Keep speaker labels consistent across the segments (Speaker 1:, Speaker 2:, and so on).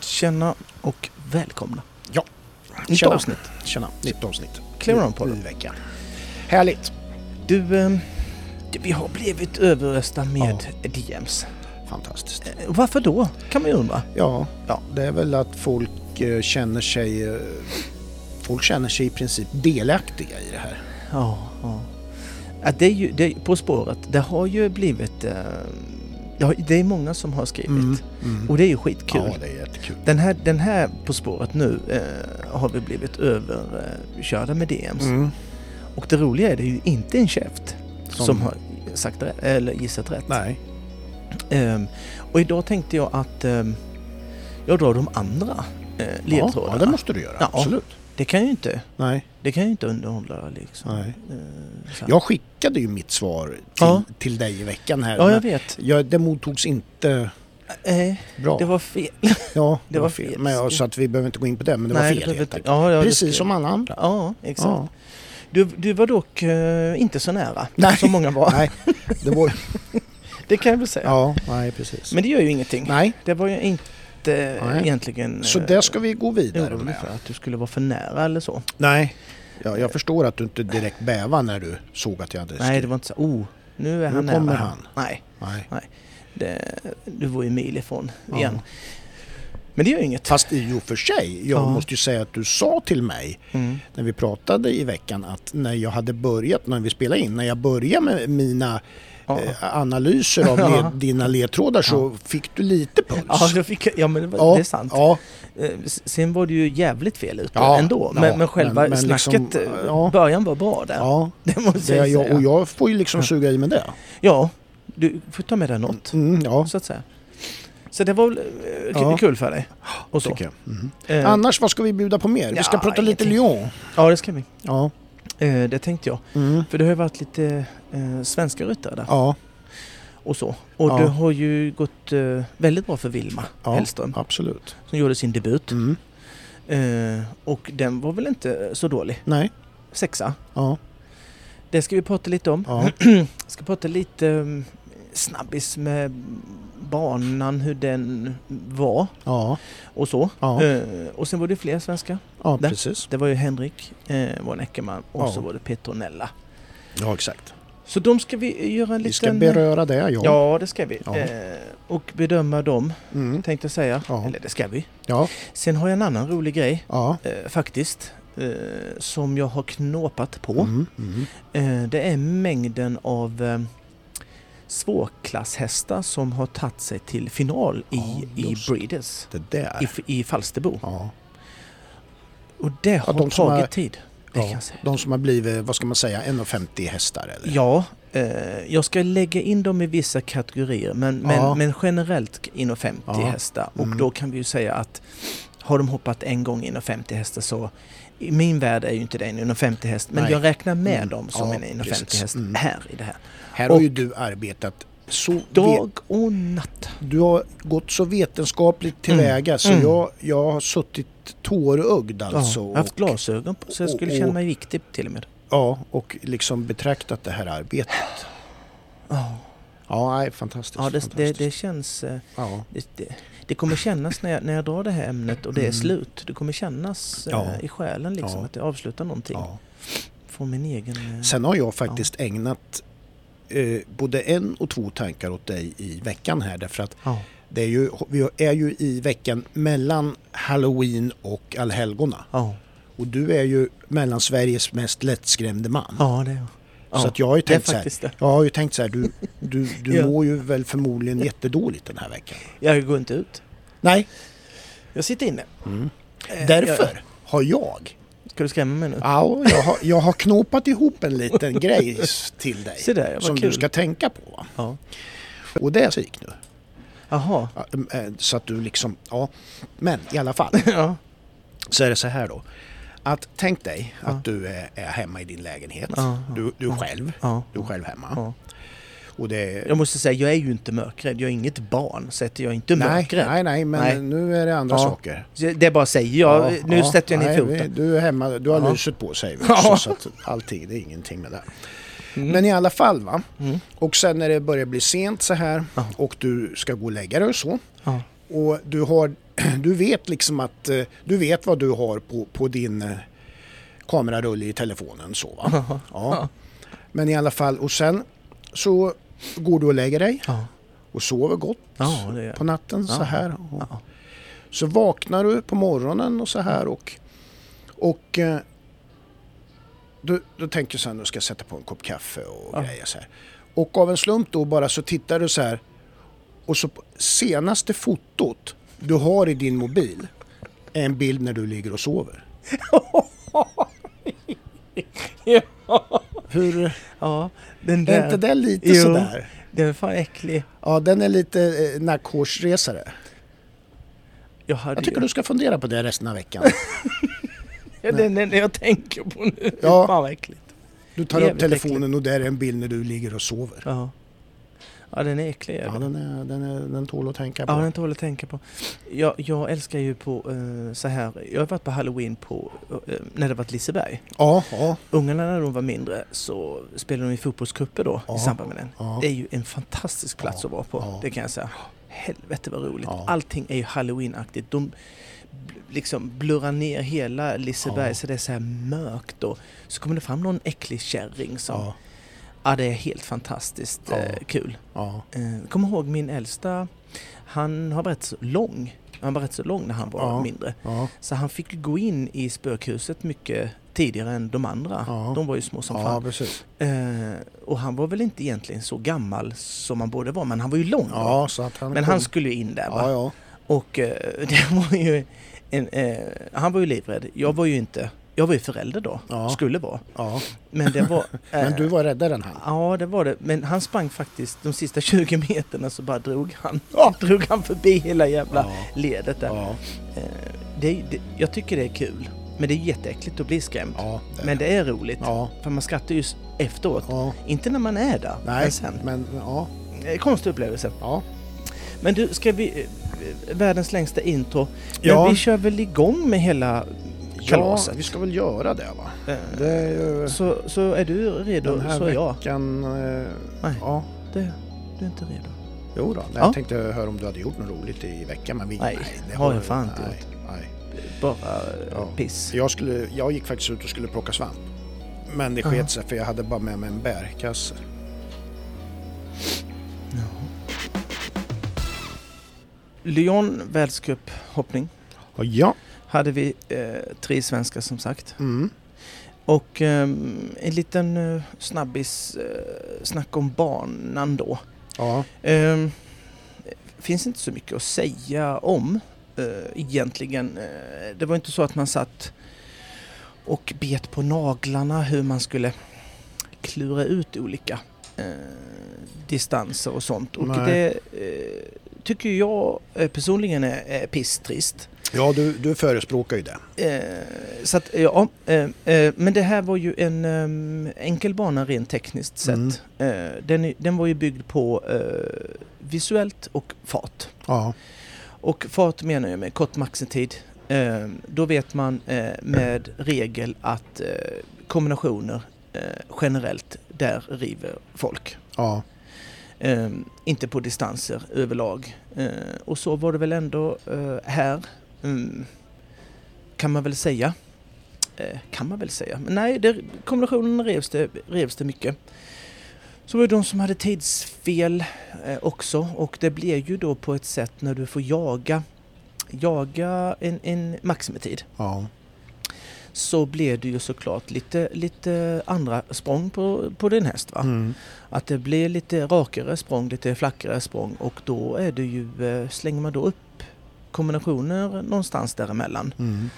Speaker 1: Tjena och välkomna.
Speaker 2: Ja.
Speaker 1: Nytt
Speaker 2: Tjena.
Speaker 1: avsnitt.
Speaker 2: Tjena, nytt avsnitt.
Speaker 1: Clear on på
Speaker 2: I
Speaker 1: det.
Speaker 2: veckan. Härligt.
Speaker 1: Du, ehm, du, vi har blivit överösta med DMs.
Speaker 2: Fantastiskt.
Speaker 1: Eh, Varför då? Kan man ju undra.
Speaker 2: Ja, ja, det är väl att folk eh, känner sig... eh, Folk känner sig i princip delaktiga i det här.
Speaker 1: Ja, ja. Ja, det är ju, det, är- på spåret, det har ju blivit... eh, det, har, det är många som har skrivit.
Speaker 2: Mm.
Speaker 1: Och det är ju skitkul.
Speaker 2: Ja, det är jättekul.
Speaker 1: Den här, den här På spåret nu eh, har vi blivit överkörda med DMs.
Speaker 2: Mm.
Speaker 1: Och det roliga är det är ju inte en käft som,
Speaker 2: Som-
Speaker 1: har sagt rätt, eller gissat rätt.
Speaker 2: Nej.
Speaker 1: Ehm, och idag tänkte jag att ehm, jag drar de andra eh,
Speaker 2: Ja,
Speaker 1: ledtrådarna.
Speaker 2: ja, det måste du göra.
Speaker 1: Ja.
Speaker 2: Absolut.
Speaker 1: Det kan ju inte,
Speaker 2: Nej.
Speaker 1: det kan ju inte underhålla liksom.
Speaker 2: Nej.
Speaker 1: Ehm, så här.
Speaker 2: Jag skickade ju mitt svar till,
Speaker 1: Ja.
Speaker 2: till dig i veckan här.
Speaker 1: ja, jag
Speaker 2: men
Speaker 1: vet.
Speaker 2: jag, det mottogs inte
Speaker 1: Nej,
Speaker 2: bra.
Speaker 1: det var fel.
Speaker 2: ja,
Speaker 1: det var fel.
Speaker 2: Men jag, så att vi behöver inte gå in på det, men det
Speaker 1: Nej,
Speaker 2: var fel
Speaker 1: behöver
Speaker 2: helt
Speaker 1: inte-
Speaker 2: enkelt.
Speaker 1: ja, ja, det skrev-
Speaker 2: Precis som alla andra.
Speaker 1: Ja, exakt.
Speaker 2: Ja.
Speaker 1: Du, du var dock eh, inte så nära
Speaker 2: Nej.
Speaker 1: som många var.
Speaker 2: Nej, det var...
Speaker 1: Det kan jag väl säga.
Speaker 2: Ja, nej precis.
Speaker 1: Men det gör ju ingenting.
Speaker 2: nej,
Speaker 1: Det var ju inte eh,
Speaker 2: Nej.
Speaker 1: egentligen...
Speaker 2: så
Speaker 1: eh,
Speaker 2: det ska vi gå vidare
Speaker 1: orolig för
Speaker 2: med.
Speaker 1: att du skulle vara för nära eller så.
Speaker 2: Nej. Ja, jag förstår att du inte direkt bävar när du såg att jag hade
Speaker 1: Nej, det
Speaker 2: skrivit.
Speaker 1: var inte så. Oh, nu är
Speaker 2: Nu
Speaker 1: han
Speaker 2: kommer
Speaker 1: nära.
Speaker 2: han.
Speaker 1: Nej,
Speaker 2: Nej.
Speaker 1: det, du var ju mil ifrån
Speaker 2: Ja.
Speaker 1: igen. Men det gör ju inget.
Speaker 2: Fast i och för sig, jag
Speaker 1: Ja.
Speaker 2: måste ju säga att du sa till mig
Speaker 1: Mm.
Speaker 2: när vi pratade i veckan att när jag hade börjat, när vi spelade in, när jag började med mina
Speaker 1: Ja.
Speaker 2: eh, analyser av
Speaker 1: Ja.
Speaker 2: led, dina ledtrådar så fick du lite puls.
Speaker 1: Ja, då fick jag, ja men det, var,
Speaker 2: Ja,
Speaker 1: det är sant.
Speaker 2: Ja,
Speaker 1: Eh, s- Sen var det ju jävligt fel ute
Speaker 2: Ja,
Speaker 1: ändå.
Speaker 2: ja,
Speaker 1: Men, men själva
Speaker 2: men- men
Speaker 1: snacket,
Speaker 2: liksom,
Speaker 1: eh,
Speaker 2: ja.
Speaker 1: början var bra där.
Speaker 2: ja.
Speaker 1: Det måste
Speaker 2: Det,
Speaker 1: jag,
Speaker 2: jag,
Speaker 1: säga.
Speaker 2: och jag får ju liksom suga i mig det.
Speaker 1: Ja, du får ta med dig något.
Speaker 2: Mm, ja,
Speaker 1: Så att säga. Så det var väl eh, k-
Speaker 2: Ja.
Speaker 1: kul för dig. Och så.
Speaker 2: tycker jag. Mm.
Speaker 1: Eh,
Speaker 2: Annars, vad ska vi bjuda på mer? Vi ska
Speaker 1: ja,
Speaker 2: prata lite
Speaker 1: ingenting.
Speaker 2: Lyon.
Speaker 1: Ja, det ska vi.
Speaker 2: Ja.
Speaker 1: Eh, Det tänkte jag.
Speaker 2: Mm.
Speaker 1: För det har ju varit lite eh, svenska ryttare där.
Speaker 2: Ja,
Speaker 1: och så. Och
Speaker 2: Ja.
Speaker 1: det har ju gått eh, väldigt bra för Vilma
Speaker 2: Ja.
Speaker 1: Hellström
Speaker 2: absolut.
Speaker 1: som gjorde sin debut.
Speaker 2: Mm.
Speaker 1: Eh, och den var väl inte eh, så dålig.
Speaker 2: Nej.
Speaker 1: Sexa.
Speaker 2: Ja,
Speaker 1: Det ska vi prata lite om.
Speaker 2: ja.
Speaker 1: Jag ska prata lite mm, snabbis med banan, hur den var
Speaker 2: ja,
Speaker 1: och så.
Speaker 2: ja,
Speaker 1: Eh, och sen var det fler svenska.
Speaker 2: ja
Speaker 1: där.
Speaker 2: precis.
Speaker 1: Det var ju Henrik eh, von Eckermann och
Speaker 2: Ja.
Speaker 1: så var det Petronella.
Speaker 2: Ja, exakt.
Speaker 1: Så de ska vi göra en liten... eh,
Speaker 2: Vi ska beröra det, ja.
Speaker 1: Ja, det ska vi.
Speaker 2: Ja.
Speaker 1: Eh, och bedöma dem,
Speaker 2: Mm.
Speaker 1: tänkte jag säga.
Speaker 2: Ja.
Speaker 1: Eller det ska vi.
Speaker 2: Ja,
Speaker 1: Sen har jag en annan rolig grej
Speaker 2: ja.
Speaker 1: eh, faktiskt eh, som jag har knåpat på.
Speaker 2: Mm. Mm.
Speaker 1: Eh, det är mängden av eh, svårklasshästar som har tagit sig till final i,
Speaker 2: Ja,
Speaker 1: i
Speaker 2: just.
Speaker 1: Breeders
Speaker 2: Det Äh. där.
Speaker 1: i, i Falsterbo.
Speaker 2: Ja.
Speaker 1: Och det har
Speaker 2: de som
Speaker 1: tagit
Speaker 2: har-
Speaker 1: tid. Det kan
Speaker 2: Ja.
Speaker 1: jag säga.
Speaker 2: De som har blivit, vad ska man säga, 1,50 hästar eller?
Speaker 1: Ja, eh, jag ska lägga in dem i vissa kategorier men,
Speaker 2: Ja.
Speaker 1: men, men generellt inom 50
Speaker 2: Ja.
Speaker 1: hästar. Och
Speaker 2: Mm.
Speaker 1: då kan vi ju säga att har de hoppat en gång inom 50 hästar så i min värld är ju inte det en inom 50 häst men
Speaker 2: Nej.
Speaker 1: jag räknar med
Speaker 2: Mm.
Speaker 1: dem som
Speaker 2: Ja,
Speaker 1: en inom
Speaker 2: precis.
Speaker 1: 50 häst
Speaker 2: Mm.
Speaker 1: här i det här.
Speaker 2: Här
Speaker 1: och-
Speaker 2: har ju du arbetat så... Vet,
Speaker 1: Dag och natt.
Speaker 2: du har gått så vetenskapligt tillväga så
Speaker 1: Mm.
Speaker 2: jag, jag har suttit tårögd alltså.
Speaker 1: ja, jag har haft
Speaker 2: och-
Speaker 1: glasögon på så jag skulle
Speaker 2: och-
Speaker 1: känna mig viktig till och med.
Speaker 2: Ja, och liksom betraktat det här arbetet.
Speaker 1: Ja,
Speaker 2: Ja, nej, fantastiskt.
Speaker 1: ja, det, det,
Speaker 2: fantastiskt.
Speaker 1: det känns... eh,
Speaker 2: Ja.
Speaker 1: Det, det, det kommer kännas när jag, när jag drar det här ämnet och det är
Speaker 2: Mm.
Speaker 1: slut. Det kommer kännas eh,
Speaker 2: Ja.
Speaker 1: i själen liksom
Speaker 2: Ja.
Speaker 1: att jag avslutar någonting.
Speaker 2: Ja.
Speaker 1: Från min egen... eh,
Speaker 2: Sen har jag faktiskt ägnat eh, både en och två tankar åt dig i veckan här därför att
Speaker 1: Ja.
Speaker 2: det är ju, vi är ju i veckan mellan Halloween och Allhelgona
Speaker 1: Ja.
Speaker 2: och du är ju mellan Sveriges mest lättskrämde man.
Speaker 1: ja, det är jag. ja.
Speaker 2: Så att jag har ju
Speaker 1: det är
Speaker 2: tänkt så här,
Speaker 1: faktiskt det.
Speaker 2: jag har ju tänkt så här, du, du, du
Speaker 1: Ja.
Speaker 2: mår ju väl förmodligen jättedåligt den här veckan.
Speaker 1: Jag går inte ut.
Speaker 2: Nej,
Speaker 1: Jag sitter inne. Eh,
Speaker 2: Mm. därför har jag,
Speaker 1: Jag, ska du skrämma mig nu?
Speaker 2: ja, jag, har, jag har knåpat ihop en liten grej till dig
Speaker 1: Se där, vad
Speaker 2: som
Speaker 1: kul.
Speaker 2: du ska tänka på. va?
Speaker 1: Ja.
Speaker 2: Och det är musik nu.
Speaker 1: Jaha.
Speaker 2: Ja, em, eh, Så att du liksom, ja. Men i alla fall
Speaker 1: Ja.
Speaker 2: så är det så här då. Att tänk dig att
Speaker 1: Ja.
Speaker 2: du är, är hemma i din lägenhet.
Speaker 1: Ja, ja,
Speaker 2: Du, du är själv.
Speaker 1: Ja.
Speaker 2: Du är själv hemma.
Speaker 1: Ja.
Speaker 2: Och det är,
Speaker 1: Jag måste säga, jag är ju inte mörkrädd. Jag är inget barn. Så att jag är inte
Speaker 2: nej,
Speaker 1: mörkrädd.
Speaker 2: nej, nej, men
Speaker 1: Nej.
Speaker 2: nu är det andra
Speaker 1: Ja.
Speaker 2: saker.
Speaker 1: Så Det bara säger jag.
Speaker 2: Ja,
Speaker 1: nu
Speaker 2: ja,
Speaker 1: sätter jag ner
Speaker 2: nej, vi-
Speaker 1: foten.
Speaker 2: Du är hemma, du har
Speaker 1: Ja.
Speaker 2: lyset på sig.
Speaker 1: Ja.
Speaker 2: Ja. Så att allting, det är ingenting med det. Men i alla fall va.
Speaker 1: Mm.
Speaker 2: Och sen när det börjar bli sent så här
Speaker 1: Ja.
Speaker 2: och du ska gå och lägga dig och så.
Speaker 1: Ja.
Speaker 2: Och du, har, du vet liksom att eh, du vet vad du har på, på din eh, kamerarulle i telefonen. Så, va? Ja. Men i alla fall, och sen så går du och lägger dig
Speaker 1: Ja.
Speaker 2: och sover gott
Speaker 1: Ja, det gör jag.
Speaker 2: på natten så
Speaker 1: Ja.
Speaker 2: här. Och
Speaker 1: Ja.
Speaker 2: Så vaknar du på morgonen och så
Speaker 1: Mm.
Speaker 2: här och, och eh, du, du tänker så här, nu ska jag sätta på en kopp kaffe och
Speaker 1: Ja.
Speaker 2: grejer så här. Och av en slump då bara så tittar du så här och så på senaste fotot du har i din mobil är en bild när du ligger och sover. Hur,
Speaker 1: Ja, den
Speaker 2: är inte
Speaker 1: där.
Speaker 2: det lite
Speaker 1: Jo.
Speaker 2: sådär?
Speaker 1: Den är fan äcklig.
Speaker 2: Ja, den är lite eh, nackhårsresare.
Speaker 1: Jag, hade
Speaker 2: Jag tycker
Speaker 1: ju-
Speaker 2: du ska fundera på det resten av veckan.
Speaker 1: Ja, det är den jag tänker på nu.
Speaker 2: Ja.
Speaker 1: Fan vad äckligt.
Speaker 2: Du tar upp
Speaker 1: Jävligt
Speaker 2: telefonen och där är en bild när du ligger och sover.
Speaker 1: Ja. ja, den är äcklig.
Speaker 2: Ja,
Speaker 1: Ja,
Speaker 2: den, är, den, är, den tål att tänka på.
Speaker 1: den tål att tänka på. Jag, jag älskar ju på eh, så här. Jag har varit på halloween på, eh, när det varit Liseberg.
Speaker 2: Ja, ja,
Speaker 1: Ungarna när de var mindre så spelade de i fotbollscuper då
Speaker 2: Ja.
Speaker 1: i samband med den.
Speaker 2: ja.
Speaker 1: Det är ju en fantastisk plats
Speaker 2: Ja,
Speaker 1: att vara på,
Speaker 2: ja.
Speaker 1: det kan jag säga. Helvete vad roligt.
Speaker 2: Ja.
Speaker 1: Allting är ju halloweenaktigt. De bl- liksom blurrar ner hela Liseberg
Speaker 2: Ja.
Speaker 1: så det är så här mörkt och så kommer det fram någon äcklig kärring som... Ja,
Speaker 2: ja,
Speaker 1: det är helt fantastiskt
Speaker 2: Ja.
Speaker 1: eh, kul.
Speaker 2: ja.
Speaker 1: Eh, jag kommer ihåg min äldsta, han har varit så lång. Han var rätt så lång när han var
Speaker 2: Ja.
Speaker 1: mindre.
Speaker 2: ja.
Speaker 1: Så han fick ju gå in i spökhuset mycket tidigare än de andra.
Speaker 2: Ja.
Speaker 1: De var ju små som
Speaker 2: ja
Speaker 1: fan.
Speaker 2: precis.
Speaker 1: Eh, och han var väl inte egentligen så gammal som han borde vara, men han var ju lång. va?
Speaker 2: Ja, så att han
Speaker 1: Men
Speaker 2: kom-
Speaker 1: han skulle ju in där va?
Speaker 2: Ja, ja.
Speaker 1: Och eh, det var ju en, eh, han var ju livrädd. Jag var ju inte, jag var ju förälder då,
Speaker 2: Ja.
Speaker 1: skulle vara.
Speaker 2: ja.
Speaker 1: Men det var... eh,
Speaker 2: Men du var räddare än han.
Speaker 1: Ja, det var det. Men han sprang faktiskt de sista 20 meterna så bara drog han. Drog han förbi hela jävla
Speaker 2: Ja.
Speaker 1: ledet där.
Speaker 2: Ja,
Speaker 1: Eh, det, är- det, jag tycker det är kul. Men det är jätteäckligt att bli skrämd.
Speaker 2: ja. där.
Speaker 1: Men det är roligt.
Speaker 2: Ja,
Speaker 1: För man skrattar ju s- efteråt.
Speaker 2: ja.
Speaker 1: Inte när man är där,
Speaker 2: Nej,
Speaker 1: men sen.
Speaker 2: men ja.
Speaker 1: Eh, Konstig upplevelse.
Speaker 2: Ja,
Speaker 1: Men du, ska vi... eh, Världens längsta intro. Men
Speaker 2: Ja.
Speaker 1: vi kör väl igång med hela
Speaker 2: ja
Speaker 1: kalaset?
Speaker 2: vi ska väl göra det va?
Speaker 1: Eh,
Speaker 2: Det är ju
Speaker 1: Så, så är du redo,
Speaker 2: den här
Speaker 1: så är jag.
Speaker 2: veckan... eh,
Speaker 1: Nej.
Speaker 2: Ja.
Speaker 1: Det, du är inte redo.
Speaker 2: Jo då, nej,
Speaker 1: Ja.
Speaker 2: jag tänkte höra om du hade gjort något roligt i veckan men vi...
Speaker 1: Nej,
Speaker 2: det
Speaker 1: har jag
Speaker 2: vi-
Speaker 1: fan inte
Speaker 2: nej,
Speaker 1: gjort.
Speaker 2: Nej.
Speaker 1: Bara eh,
Speaker 2: Ja.
Speaker 1: piss.
Speaker 2: Jag, skulle, jag gick faktiskt ut och skulle plocka svamp. Men det
Speaker 1: Jaha.
Speaker 2: sket sig för jag hade bara med mig en bärkasse.
Speaker 1: Lyon världscuphoppning
Speaker 2: Ja.
Speaker 1: hade vi eh, tre svenskar som sagt.
Speaker 2: Mm.
Speaker 1: Och ehm, en liten eh, snabbis eh, snack om banan då.
Speaker 2: Ja.
Speaker 1: Ehm, finns inte så mycket att säga om eh, egentligen. Eh, det var inte så att man satt och bet på naglarna hur man skulle klura ut olika eh, distanser och sånt. Och
Speaker 2: Nej.
Speaker 1: det eh, tycker jag eh, personligen är, är pisstrist.
Speaker 2: Ja, du, du förespråkar ju det.
Speaker 1: Eh, så att, ja, eh, eh, men det här var ju en eh, enkel bana rent tekniskt sett.
Speaker 2: Mm.
Speaker 1: Eh, den, är- den var ju byggd på eh, visuellt och fart.
Speaker 2: Ja.
Speaker 1: Och fart menar jag med kort maxitid. Eh, då vet man eh, med regel att eh, kombinationer eh, generellt, där river folk.
Speaker 2: Ja.
Speaker 1: Eh, inte på distanser överlag. Eh, och så var det väl ändå eh, här. Mm, kan man väl säga. Eh, kan man väl säga. Men nej, det, kombinationen revs det, revs det mycket. Så var det de som hade tidsfel eh, också. Och det blev ju då på ett sätt när du får jaga, jaga en, en maximitid.
Speaker 2: Ja.
Speaker 1: Så blev det ju såklart lite, lite andra språng på, på din häst. Va?
Speaker 2: Mm.
Speaker 1: Att det blir lite rakare språng, lite flackare språng och då är det ju, eh, slänger man då upp kombinationer någonstans däremellan
Speaker 2: Mm.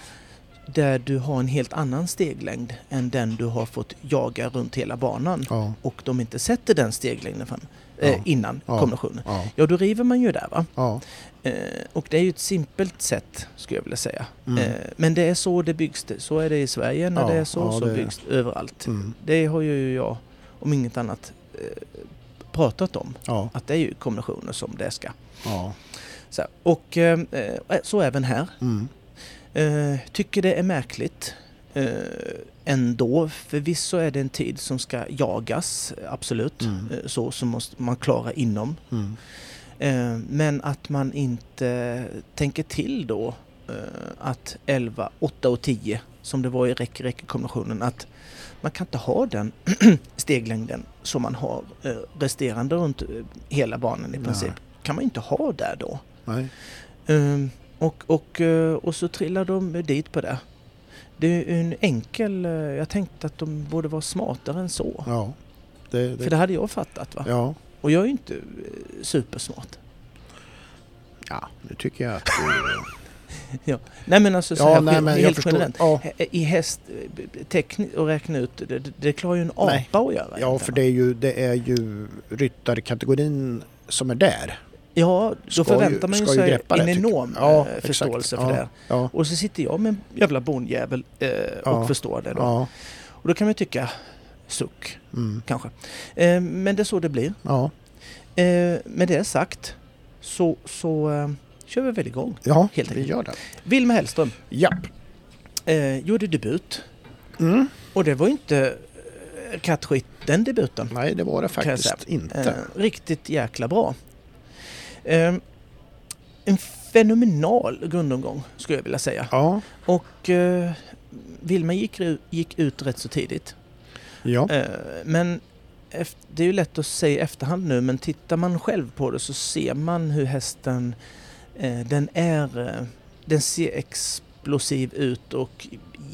Speaker 1: där du har en helt annan steglängd än den du har fått jaga runt hela banan
Speaker 2: Ja.
Speaker 1: och de inte sätter den steglängden fram, eh,
Speaker 2: Ja.
Speaker 1: innan
Speaker 2: Ja.
Speaker 1: kombinationen.
Speaker 2: Ja.
Speaker 1: Ja, då river man ju där va.
Speaker 2: Ja.
Speaker 1: Eh, och det är ju ett simpelt sätt skulle jag vilja säga.
Speaker 2: Mm.
Speaker 1: Eh, men det är så det byggs. Det. Så är det i Sverige när
Speaker 2: Ja,
Speaker 1: det är så,
Speaker 2: ja,
Speaker 1: så
Speaker 2: det är det.
Speaker 1: byggs det överallt.
Speaker 2: Mm.
Speaker 1: Det har ju jag, om inget annat, eh, pratat om.
Speaker 2: Ja.
Speaker 1: Att det är ju kombinationer som det ska.
Speaker 2: Ja.
Speaker 1: Så, här. och eh, eh, så även här.
Speaker 2: Mm.
Speaker 1: Eh, tycker det är märkligt eh, ändå. Förvisso är det en tid som ska jagas, absolut.
Speaker 2: Mm.
Speaker 1: Eh, så som måste man klara inom.
Speaker 2: Mm.
Speaker 1: Eh, Men att man inte tänker till då eh, att 11, 8 och 10 som det var i rec rekommendationen att man kan inte ha den steglängden som man har eh, resterande runt eh, hela banan i
Speaker 2: Nej.
Speaker 1: princip. kan man inte ha där då.
Speaker 2: Nej.
Speaker 1: Ehm, och, och, eh, och så trillar de dit på det. Det är ju en enkel... eh, Jag tänkte att de borde vara smartare än så.
Speaker 2: Ja. Det,
Speaker 1: För
Speaker 2: det,
Speaker 1: det hade jag fattat va?
Speaker 2: ja.
Speaker 1: Och jag är ju inte eh, supersmart.
Speaker 2: ja, nu tycker jag att... du-
Speaker 1: Nej men alltså så
Speaker 2: Ja,
Speaker 1: här,
Speaker 2: nej,
Speaker 1: gen-
Speaker 2: men jag
Speaker 1: helt
Speaker 2: förstår.
Speaker 1: generellt.
Speaker 2: Ja,
Speaker 1: He- I häst, teknik och räkna ut, det, det- det klarar ju en apa
Speaker 2: Nej.
Speaker 1: att göra.
Speaker 2: ja,
Speaker 1: egentligen,
Speaker 2: för
Speaker 1: va?
Speaker 2: det är ju, det är ju ryttarkategorin som är där.
Speaker 1: Ja,
Speaker 2: ska
Speaker 1: då förväntar
Speaker 2: ju-
Speaker 1: man ju
Speaker 2: ska ju
Speaker 1: sig
Speaker 2: greppa det,
Speaker 1: en
Speaker 2: tycker jag.
Speaker 1: enorm
Speaker 2: Ja,
Speaker 1: eh,
Speaker 2: exakt.
Speaker 1: förståelse
Speaker 2: Ja.
Speaker 1: för det.
Speaker 2: Ja,
Speaker 1: Och så sitter jag med en jävla bonjävel eh,
Speaker 2: Ja.
Speaker 1: och förstår det då.
Speaker 2: ja,
Speaker 1: Och då kan man ju tycka, suck
Speaker 2: mm,
Speaker 1: kanske. Eh, men det är så det blir.
Speaker 2: ja,
Speaker 1: Eh, med det sagt så, så eh, kör vi väl igång.
Speaker 2: ja
Speaker 1: Helt
Speaker 2: vi
Speaker 1: enkelt.
Speaker 2: gör det.
Speaker 1: Vilma Hellström
Speaker 2: Japp.
Speaker 1: eh, gjorde debut.
Speaker 2: Mm.
Speaker 1: Och det var ju inte eh, kattskit den debuten.
Speaker 2: Nej, det var det
Speaker 1: Kan jag
Speaker 2: faktiskt
Speaker 1: Eh,
Speaker 2: inte.
Speaker 1: riktigt jäkla bra. Eh, en fenomenal grundomgång skulle jag vilja säga.
Speaker 2: Ja,
Speaker 1: Och eh, Vilma gick, ru- gick ut rätt så tidigt.
Speaker 2: ja,
Speaker 1: Eh, men eft- det är ju lätt att säga i efterhand nu men tittar man själv på det så ser man hur hästen eh, den är eh, den ser explosiv ut och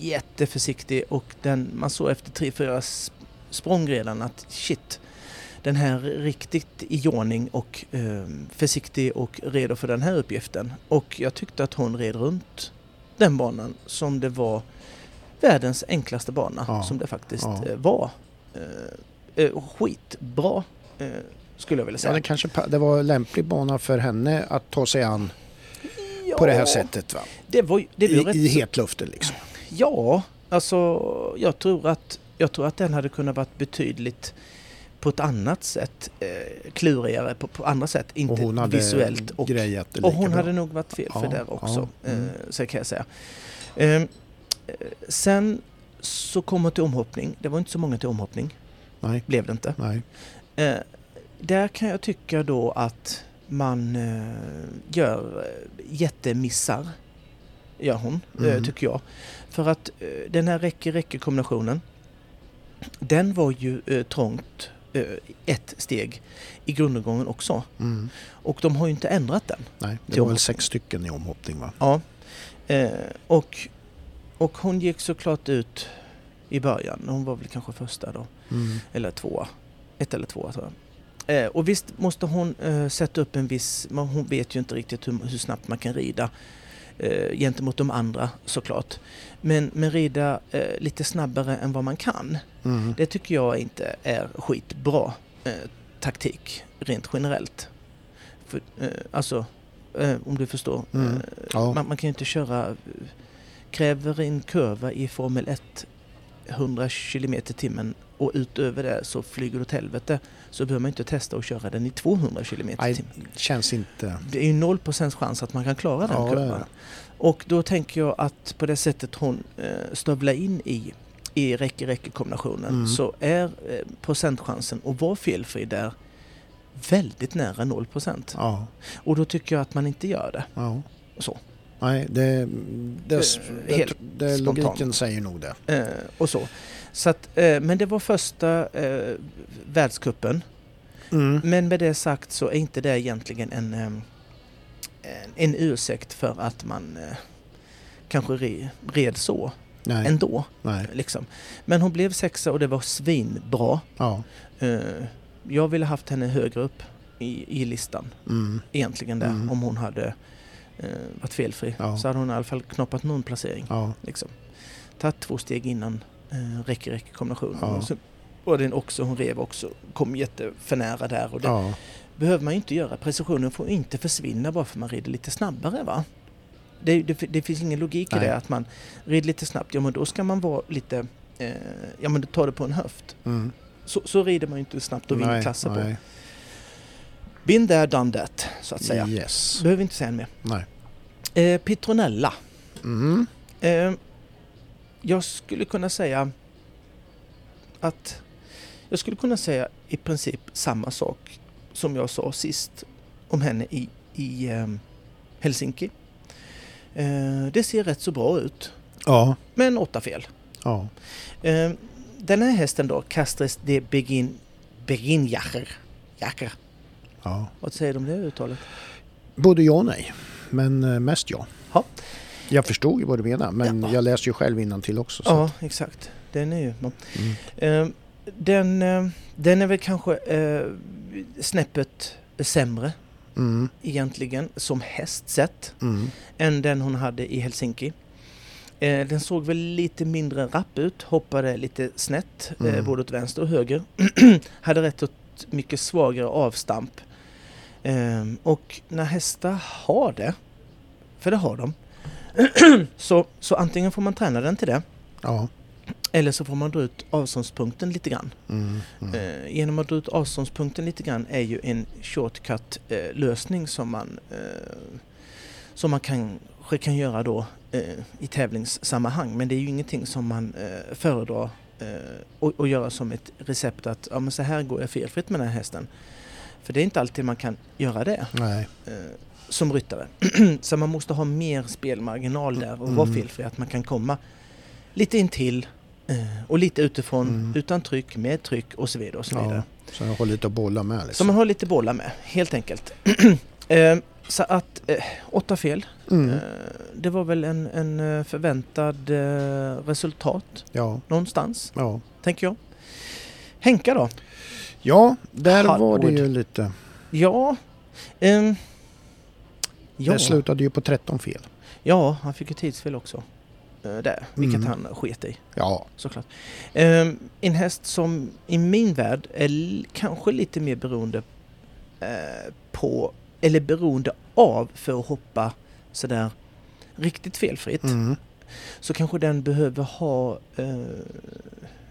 Speaker 1: jätteförsiktig och den, man såg efter tre, fyra sp- språng redan att shit den här är riktigt i ordning och eh, försiktig och redo för den här uppgiften. Och jag tyckte att hon red runt den banan som det var världens enklaste bana
Speaker 2: Ja.
Speaker 1: som det faktiskt
Speaker 2: Ja.
Speaker 1: eh, var. Eh, eh, skitbra eh, skulle jag vilja
Speaker 2: ja
Speaker 1: säga.
Speaker 2: det, kanske, pa- det var en lämplig bana för henne att ta sig an på det här sättet. Va?
Speaker 1: Det var, ju- det var ju
Speaker 2: I,
Speaker 1: rätt
Speaker 2: I
Speaker 1: så-
Speaker 2: hetluften liksom.
Speaker 1: Ja, alltså jag tror att, jag tror att den hade kunnat varit betydligt på ett annat sätt, eh, klurigare på, på andra sätt, inte
Speaker 2: Och hon hade
Speaker 1: visuellt. Och,
Speaker 2: grejat det
Speaker 1: och
Speaker 2: lika
Speaker 1: hon
Speaker 2: bra.
Speaker 1: hade nog varit fel för
Speaker 2: Ja,
Speaker 1: där också,
Speaker 2: ja, mm.
Speaker 1: eh, så kan jag säga. Ehm, Eh, sen så kom hon till omhoppning, det var inte så många till omhoppning,
Speaker 2: Nej,
Speaker 1: blev det inte.
Speaker 2: nej.
Speaker 1: Eh, där kan jag tycka då att man eh, gör eh, jättemissar. Gör hon, eh,
Speaker 2: Mm.
Speaker 1: tycker jag. För att eh, den här räcke-räcke-kombinationen, den var ju eh, trångt eh, ett steg i grundgången också.
Speaker 2: Mm.
Speaker 1: Och de har ju inte ändrat den.
Speaker 2: nej.
Speaker 1: Till
Speaker 2: Det var väl
Speaker 1: omhoppning.
Speaker 2: sex stycken i omhoppning va?
Speaker 1: Ja. Eh, och, och hon gick såklart ut i början. Hon var väl kanske första då.
Speaker 2: Mm.
Speaker 1: Eller tvåa. Ett eller tvåa tror jag. Eh, och visst måste hon eh, sätta upp en viss... Men hon vet ju inte riktigt hur, hur snabbt man kan rida. Eh, gentemot de andra såklart. Men, men rida eh, lite snabbare än vad man kan.
Speaker 2: Mm.
Speaker 1: Det tycker jag inte är skitbra eh, taktik rent generellt. För, eh, alltså, eh, om du förstår.
Speaker 2: Mm.
Speaker 1: Eh,
Speaker 2: Ja.
Speaker 1: man, man kan ju inte köra... eh, Kräver en kurva i Formel 1 100 km timmen och utöver det så flyger det åt helvete så behöver man inte testa att köra den i 200 km
Speaker 2: Nej,
Speaker 1: timmen.
Speaker 2: känns inte...
Speaker 1: Det är ju 0% chans att man kan klara den
Speaker 2: Ja, det är
Speaker 1: kurvan.
Speaker 2: det.
Speaker 1: Och då tänker jag att på det sättet hon eh, stövlar in i i räcke-räcke-kombinationen
Speaker 2: Mm.
Speaker 1: så är eh, procentchansen att vara felfri där väldigt nära 0%.
Speaker 2: Ja,
Speaker 1: Och då tycker jag att man inte gör det.
Speaker 2: ja.
Speaker 1: Så. Eh,
Speaker 2: Nej, det, det, det,
Speaker 1: helt
Speaker 2: det,
Speaker 1: spontant.
Speaker 2: logiken säger nog det.
Speaker 1: Eh, och så. Så att, eh, men det var första eh, världskuppen.
Speaker 2: Mm.
Speaker 1: Men med det sagt så är inte det egentligen en, eh, en, en ursäkt för att man eh, kanske re, red så
Speaker 2: Nej,
Speaker 1: ändå.
Speaker 2: nej.
Speaker 1: Liksom. Men hon blev sexa och det var svinbra.
Speaker 2: Ja.
Speaker 1: Eh, jag ville haft henne högre upp i, i listan
Speaker 2: Mm.
Speaker 1: egentligen där
Speaker 2: Mm.
Speaker 1: om hon hade eh, varit felfri.
Speaker 2: Ja.
Speaker 1: Så hade hon i alla fall knoppat någon placering.
Speaker 2: ja.
Speaker 1: Liksom. Tagit två steg innan eh, räcker-räcker-kombinationen.
Speaker 2: Ja.
Speaker 1: Och så var den också, hon rev också, kom jätteförnära där. Och det
Speaker 2: ja.
Speaker 1: behöver man ju inte göra. Precisionen får inte försvinna bara för man rider lite snabbare va? Det, det, det finns ingen logik
Speaker 2: Nej.
Speaker 1: i det att man rider lite snabbt, ja men då ska man vara lite, eh, ja men ta det på en höft.
Speaker 2: Mm.
Speaker 1: Så, så rider man ju inte snabbt och vinner
Speaker 2: Nej,
Speaker 1: klasser på.
Speaker 2: nej.
Speaker 1: Been there, done that, så att säga.
Speaker 2: Yes.
Speaker 1: Behöver inte säga mer.
Speaker 2: Nej.
Speaker 1: Eh, Petronella.
Speaker 2: Mm.
Speaker 1: Eh, jag skulle kunna säga att jag skulle kunna säga i princip samma sak som jag sa sist om henne i, i ehm, Helsinki. Eh, det ser rätt så bra ut,
Speaker 2: Ja.
Speaker 1: men åtta fel.
Speaker 2: Ja.
Speaker 1: Eh, den här hästen då, Castres de Begin, Beginjacher. Jacher.
Speaker 2: ja.
Speaker 1: Vad säger du om det uttalet?
Speaker 2: Både ja och nej. Men eh, mest ja.
Speaker 1: Ja.
Speaker 2: Jag förstod ju vad du menar men
Speaker 1: Ja.
Speaker 2: jag läser ju själv till också. Så.
Speaker 1: Ja, exakt. Den är ju...
Speaker 2: Mm.
Speaker 1: Eh, den, eh, den är väl kanske eh, snäppet sämre
Speaker 2: Mm.
Speaker 1: egentligen som häst sett.
Speaker 2: Mm.
Speaker 1: än den hon hade i Helsinki. Eh, Den såg väl lite mindre rapp ut, hoppade lite snett, eh,
Speaker 2: Mm.
Speaker 1: både åt vänster och höger. hade rätt åt mycket svagare avstamp. Eh, Och när hästar har det, för det har de, så, så antingen får man träna den till det,
Speaker 2: Ja.
Speaker 1: eller så får man dra ut avståndspunkten lite grann.
Speaker 2: Mm. Mm.
Speaker 1: Eh, genom att dra ut avståndspunkten lite grann är ju en shortcut-lösning som, man, eh, som man kanske kan göra då eh, i tävlingssammanhang. Men det är ju ingenting som man eh, föredrar eh, att att göra som ett recept att ja, men så här går jag felfritt med den här hästen. För det är inte alltid man kan göra det
Speaker 2: Nej.
Speaker 1: eh, som ryttare. så man måste ha mer spelmarginal där och vara
Speaker 2: Mm.
Speaker 1: felfri. Att man kan komma lite in till eh, och lite utifrån,
Speaker 2: Mm.
Speaker 1: utan tryck, med tryck och så vidare. Och så, vidare.
Speaker 2: Ja. Så jag har lite att bolla med
Speaker 1: så
Speaker 2: liksom.
Speaker 1: man har lite bollar med, helt enkelt. eh, så att, eh, åtta fel.
Speaker 2: Mm.
Speaker 1: Eh, det var väl en, en eh, förväntad eh, resultat
Speaker 2: Ja.
Speaker 1: någonstans,
Speaker 2: Ja.
Speaker 1: tänker jag. Henka då?
Speaker 2: Ja, där var det
Speaker 1: Hardwood.
Speaker 2: ju lite.
Speaker 1: Ja... ehm,
Speaker 2: Det slutade ju på 13 fel.
Speaker 1: Ja, han fick ju tidsfel också. Eh, där, vilket
Speaker 2: Mm.
Speaker 1: han sket i
Speaker 2: Ja.
Speaker 1: såklart. Ehm, en häst som i min värld är l- kanske lite mer beroende eh, på, eller beroende av för att hoppa sådär riktigt felfritt.
Speaker 2: Mm.
Speaker 1: Så kanske den behöver ha, eh,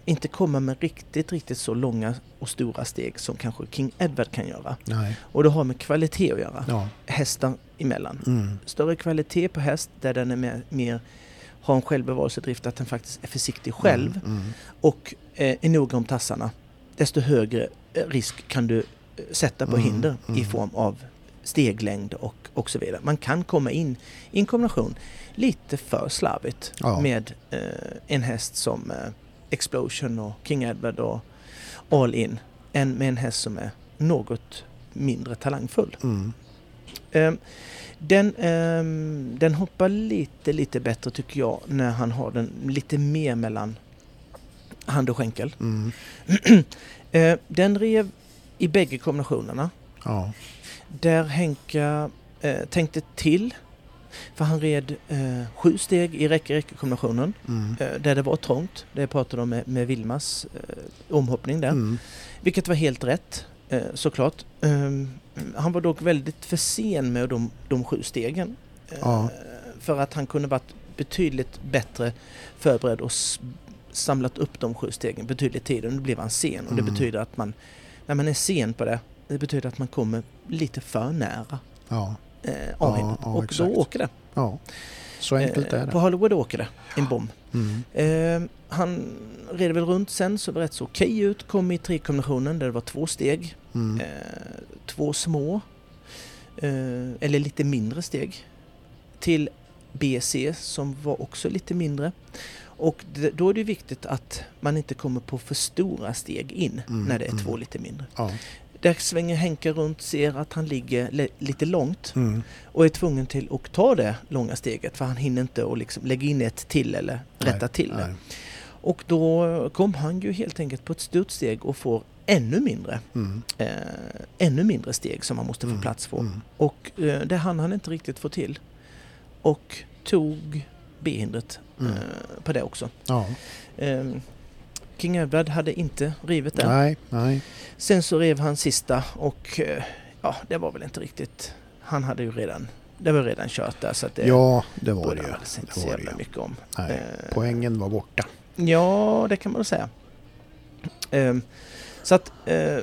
Speaker 1: inte komma med riktigt, riktigt så långa och stora steg som kanske King Edward kan göra.
Speaker 2: Nej.
Speaker 1: Och det har med kvalitet att göra,
Speaker 2: Ja.
Speaker 1: hästar emellan
Speaker 2: Mm.
Speaker 1: större kvalitet på häst där den är mer, mer har en självbevarelsedrift att den faktiskt är försiktig själv
Speaker 2: Mm. Mm.
Speaker 1: och eh, är noga om tassarna. Desto högre eh, risk kan du eh, sätta på
Speaker 2: Mm,
Speaker 1: hinder i
Speaker 2: mm.
Speaker 1: form av steglängd och, och så vidare. Man kan komma in i en kombination lite för slarvigt
Speaker 2: Ja.
Speaker 1: med eh, en häst som eh, Explosion och King Edward och All In än med en häst som är något mindre talangfull.
Speaker 2: Mm.
Speaker 1: Ehm, Den, ehm, den hoppar lite, lite bättre tycker jag när han har den lite mer mellan hand och skänkel.
Speaker 2: Mm.
Speaker 1: Ehm, Den rev i bägge kombinationerna.
Speaker 2: Ja.
Speaker 1: Där Henka eh, tänkte till. För han red eh, sju steg i räcke-räcke-kombinationen.
Speaker 2: Mm.
Speaker 1: Eh, där det var trångt. Det pratade om med, med Vilmas eh, omhoppning där.
Speaker 2: Mm.
Speaker 1: Vilket var helt rätt eh, såklart. Ehm, han var dock väldigt för sen med de, de sju stegen. Eh,
Speaker 2: Ja.
Speaker 1: För att han kunde varit betydligt bättre förberedd och s- samlat upp de sju stegen betydligt tidigare. Nu blev han sen och det
Speaker 2: Mm.
Speaker 1: betyder att man, när man är sen på det, det betyder att man kommer lite för nära
Speaker 2: Ja.
Speaker 1: eh,
Speaker 2: Ja,
Speaker 1: avhindret.
Speaker 2: ja,
Speaker 1: och
Speaker 2: exakt.
Speaker 1: då åker det.
Speaker 2: Ja. Så enkelt
Speaker 1: Eh,
Speaker 2: är
Speaker 1: På
Speaker 2: det.
Speaker 1: Hollywood åker det en bomb.
Speaker 2: Mm.
Speaker 1: Eh, han red väl runt sen, så rätt så okej ut. Kom i trekombinationen där det var två steg.
Speaker 2: Mm.
Speaker 1: eh, två små, eh, eller lite mindre steg till BC som var också lite mindre. Och d- då är det viktigt att man inte kommer på för stora steg in
Speaker 2: Mm,
Speaker 1: när det är
Speaker 2: mm.
Speaker 1: två lite mindre.
Speaker 2: Ja.
Speaker 1: Där svänger Henke runt, ser att han ligger le- lite långt
Speaker 2: Mm.
Speaker 1: och är tvungen till att ta det långa steget för han hinner inte att liksom lägga in ett till eller rätta
Speaker 2: Nej,
Speaker 1: till det.
Speaker 2: nej.
Speaker 1: Och då kom han ju helt enkelt på ett stort steg och får ännu mindre
Speaker 2: Mm.
Speaker 1: eh, ännu mindre steg som man måste få
Speaker 2: Mm,
Speaker 1: plats på.
Speaker 2: Mm.
Speaker 1: Och eh, det hann han inte riktigt få till. Och tog B-hindret
Speaker 2: Mm.
Speaker 1: eh, på det också.
Speaker 2: Ja.
Speaker 1: Eh, King Edward hade inte rivit det.
Speaker 2: Nej, nej.
Speaker 1: Sen så rev han sista och eh, ja, det var väl inte riktigt... Han hade ju redan... Det var redan kört där så att det
Speaker 2: ja, det var
Speaker 1: borde
Speaker 2: det
Speaker 1: jag
Speaker 2: ju.
Speaker 1: väl inte
Speaker 2: Det
Speaker 1: så
Speaker 2: var det
Speaker 1: jävla
Speaker 2: ju.
Speaker 1: mycket om.
Speaker 2: Nej.
Speaker 1: Eh,
Speaker 2: Poängen var borta.
Speaker 1: Ja, det kan man väl säga. Ehm, så att eh,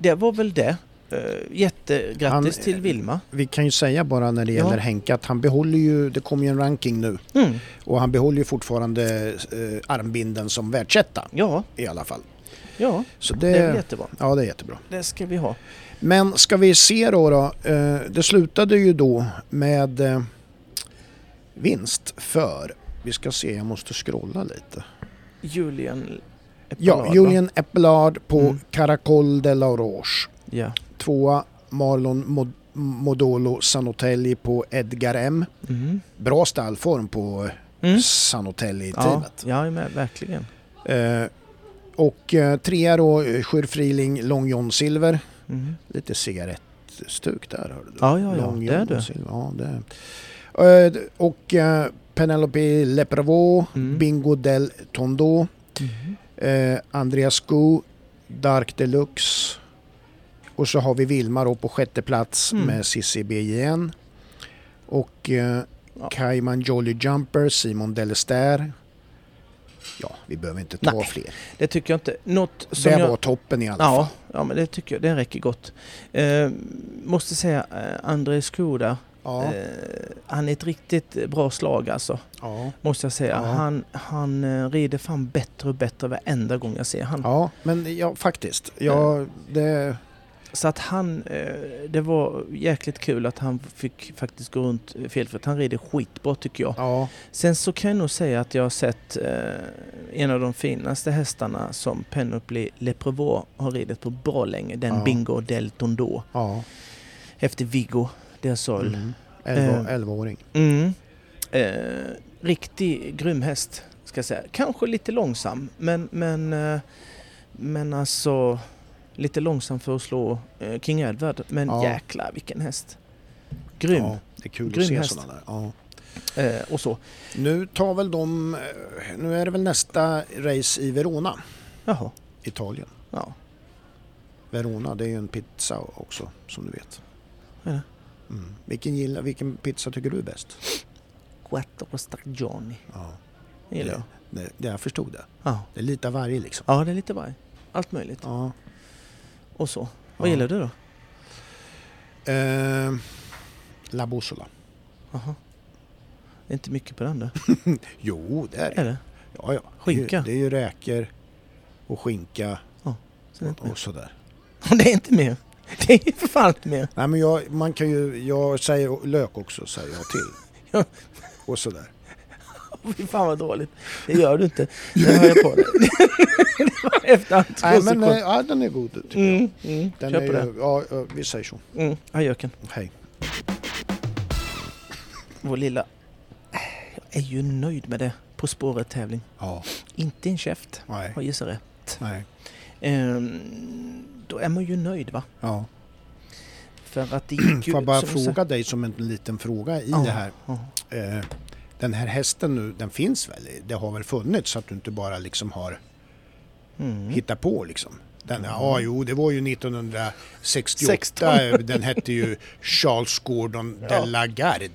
Speaker 1: det var väl det. Eh, jättegrattis
Speaker 2: Han-
Speaker 1: till Vilma.
Speaker 2: Vi kan ju säga bara när det
Speaker 1: Ja.
Speaker 2: gäller Henke att han behåller ju, det kommer ju en ranking nu
Speaker 1: Mm,
Speaker 2: och han behåller ju fortfarande eh, armbinden som världsetta
Speaker 1: ja,
Speaker 2: i alla fall.
Speaker 1: Ja,
Speaker 2: Så
Speaker 1: det är väl
Speaker 2: det,
Speaker 1: jättebra.
Speaker 2: ja, det är jättebra.
Speaker 1: Det ska vi ha.
Speaker 2: Men ska vi se då, då eh, det slutade ju då med eh, vinst för, vi ska se, jag måste scrolla lite.
Speaker 1: Julian Epelard,
Speaker 2: Ja,
Speaker 1: va?
Speaker 2: Julien Eppelard på
Speaker 1: Mm.
Speaker 2: Caracol de la Roche.
Speaker 1: Ja.
Speaker 2: Tvåa Marlon Mod- Modolo Sanotelli på Edgar M.
Speaker 1: Mm.
Speaker 2: Bra stallform på eh,
Speaker 1: Mm. Ja,
Speaker 2: Sanotelli-teamet.
Speaker 1: jag är med, verkligen.
Speaker 2: Eh, och eh, trea då, Sjur Friling Long John Silver.
Speaker 1: Mm.
Speaker 2: Lite cigarettstuk där hörde du.
Speaker 1: Ja, ja, ja,
Speaker 2: Long
Speaker 1: det är
Speaker 2: John
Speaker 1: du.
Speaker 2: Silver, Ja, det är. Eh, d- Och eh, Penelope Leprevaux,
Speaker 1: Mm.
Speaker 2: Bingo Del Tondo,
Speaker 1: Mm.
Speaker 2: eh, Andreas Gou, Dark Deluxe. Och så har vi Vilma då på sjätte plats
Speaker 1: Mm.
Speaker 2: med Cissi BJN. Och eh,
Speaker 1: Ja.
Speaker 2: Cayman Jolly Jumper, Simon Delester. Ja, vi behöver inte ta
Speaker 1: Nej.
Speaker 2: fler.
Speaker 1: Det tycker jag inte. Något
Speaker 2: det
Speaker 1: som jag...
Speaker 2: var toppen i alla
Speaker 1: Ja,
Speaker 2: fall.
Speaker 1: ja, men det tycker jag. Det räcker gott. Eh, måste säga, eh, André Skoda,
Speaker 2: Ja,
Speaker 1: eh, han är ett riktigt bra slag alltså.
Speaker 2: ja.
Speaker 1: Måste jag säga.
Speaker 2: Ja.
Speaker 1: Han, han eh, rider fan bättre och bättre varenda gång jag ser han.
Speaker 2: ja men ja, faktiskt.
Speaker 1: Eh.
Speaker 2: Ja, det...
Speaker 1: Så att han, eh, det var jäkligt kul att han fick faktiskt gå runt eh, felfritt. Han rider skitbra tycker jag.
Speaker 2: Ja,
Speaker 1: Sen så kan jag nog säga att jag har sett eh, en av de finaste hästarna som Penelope Leprevaux har ridit på bra länge. Den
Speaker 2: Ja.
Speaker 1: Bingo Del Tondo
Speaker 2: ja.
Speaker 1: efter Viggo Dersol. Mm.
Speaker 2: Mm. Elva,
Speaker 1: Eh.
Speaker 2: Elvaåring.
Speaker 1: Eh, riktig grym häst ska jag säga. Kanske lite långsam men, men, eh, men alltså lite långsam för att slå eh, King Edward. Men
Speaker 2: Ja.
Speaker 1: jäklar vilken häst. Grym.
Speaker 2: Ja, det är kul
Speaker 1: Grym
Speaker 2: att se
Speaker 1: häst.
Speaker 2: sådana där. Ja.
Speaker 1: Eh, och så.
Speaker 2: Nu tar väl de... eh, Nu är det väl nästa race i Verona,
Speaker 1: Jaha.
Speaker 2: Italien.
Speaker 1: Ja.
Speaker 2: Verona, det är ju en pizza också som du vet.
Speaker 1: Är det?
Speaker 2: Mm. Vilken, gillar, vilken pizza tycker du är bäst?
Speaker 1: Quattro Stagioni.
Speaker 2: Ja.
Speaker 1: Det gillar jag.
Speaker 2: Det, det jag förstod det.
Speaker 1: Ja.
Speaker 2: Det är lite av varje liksom.
Speaker 1: Ja, det är lite varg. Allt möjligt.
Speaker 2: Ja.
Speaker 1: Och så. Vad
Speaker 2: Ja.
Speaker 1: gillar du då?
Speaker 2: Eh, La Bussola.
Speaker 1: Jaha. Det är inte mycket på den du.
Speaker 2: Jo, det är det.
Speaker 1: Är det?
Speaker 2: Ja, ja.
Speaker 1: Skinka.
Speaker 2: Det är ju, det är ju räkor och skinka
Speaker 1: Så det, är inte
Speaker 2: och,
Speaker 1: mer.
Speaker 2: och sådär.
Speaker 1: det är inte mer. Det är ju för fan inte mer.
Speaker 2: Nej men jag, man kan ju, jag säger lök också säger jag
Speaker 1: Ja.
Speaker 2: till. och sådär.
Speaker 1: Åh, Fy fan vad dåligt. Det gör du inte. Det hör jag på dig. Det var Efter att
Speaker 2: Nej
Speaker 1: två
Speaker 2: men eh,
Speaker 1: sekunder.
Speaker 2: ja, den är god tycker jag.
Speaker 1: Mm, mm.
Speaker 2: Den
Speaker 1: Kör
Speaker 2: är
Speaker 1: på det.
Speaker 2: ju, ja, ja, vi säger så.
Speaker 1: Mm. Ajöken.
Speaker 2: Hej.
Speaker 1: Vår lilla... Jag är ju nöjd med det. På spåret-tävling.
Speaker 2: Ja,
Speaker 1: Inte en käft,
Speaker 2: nej,
Speaker 1: har jag gissat rätt.
Speaker 2: nej.
Speaker 1: Ehm, då är man ju nöjd va?
Speaker 2: Ja.
Speaker 1: För att det gick ju...
Speaker 2: Får jag bara
Speaker 1: som du sa-
Speaker 2: fråga dig som en liten fråga i
Speaker 1: Ja.
Speaker 2: det här.
Speaker 1: Ja.
Speaker 2: Eh, den här hästen nu, den finns väl? Det har väl funnits så att du inte bara liksom har
Speaker 1: Mm.
Speaker 2: hittat på liksom? Den,
Speaker 1: Mm.
Speaker 2: Ja, jo, det var ju 1968. Den hette ju Charles Gordon
Speaker 1: Ja.
Speaker 2: de la Garde.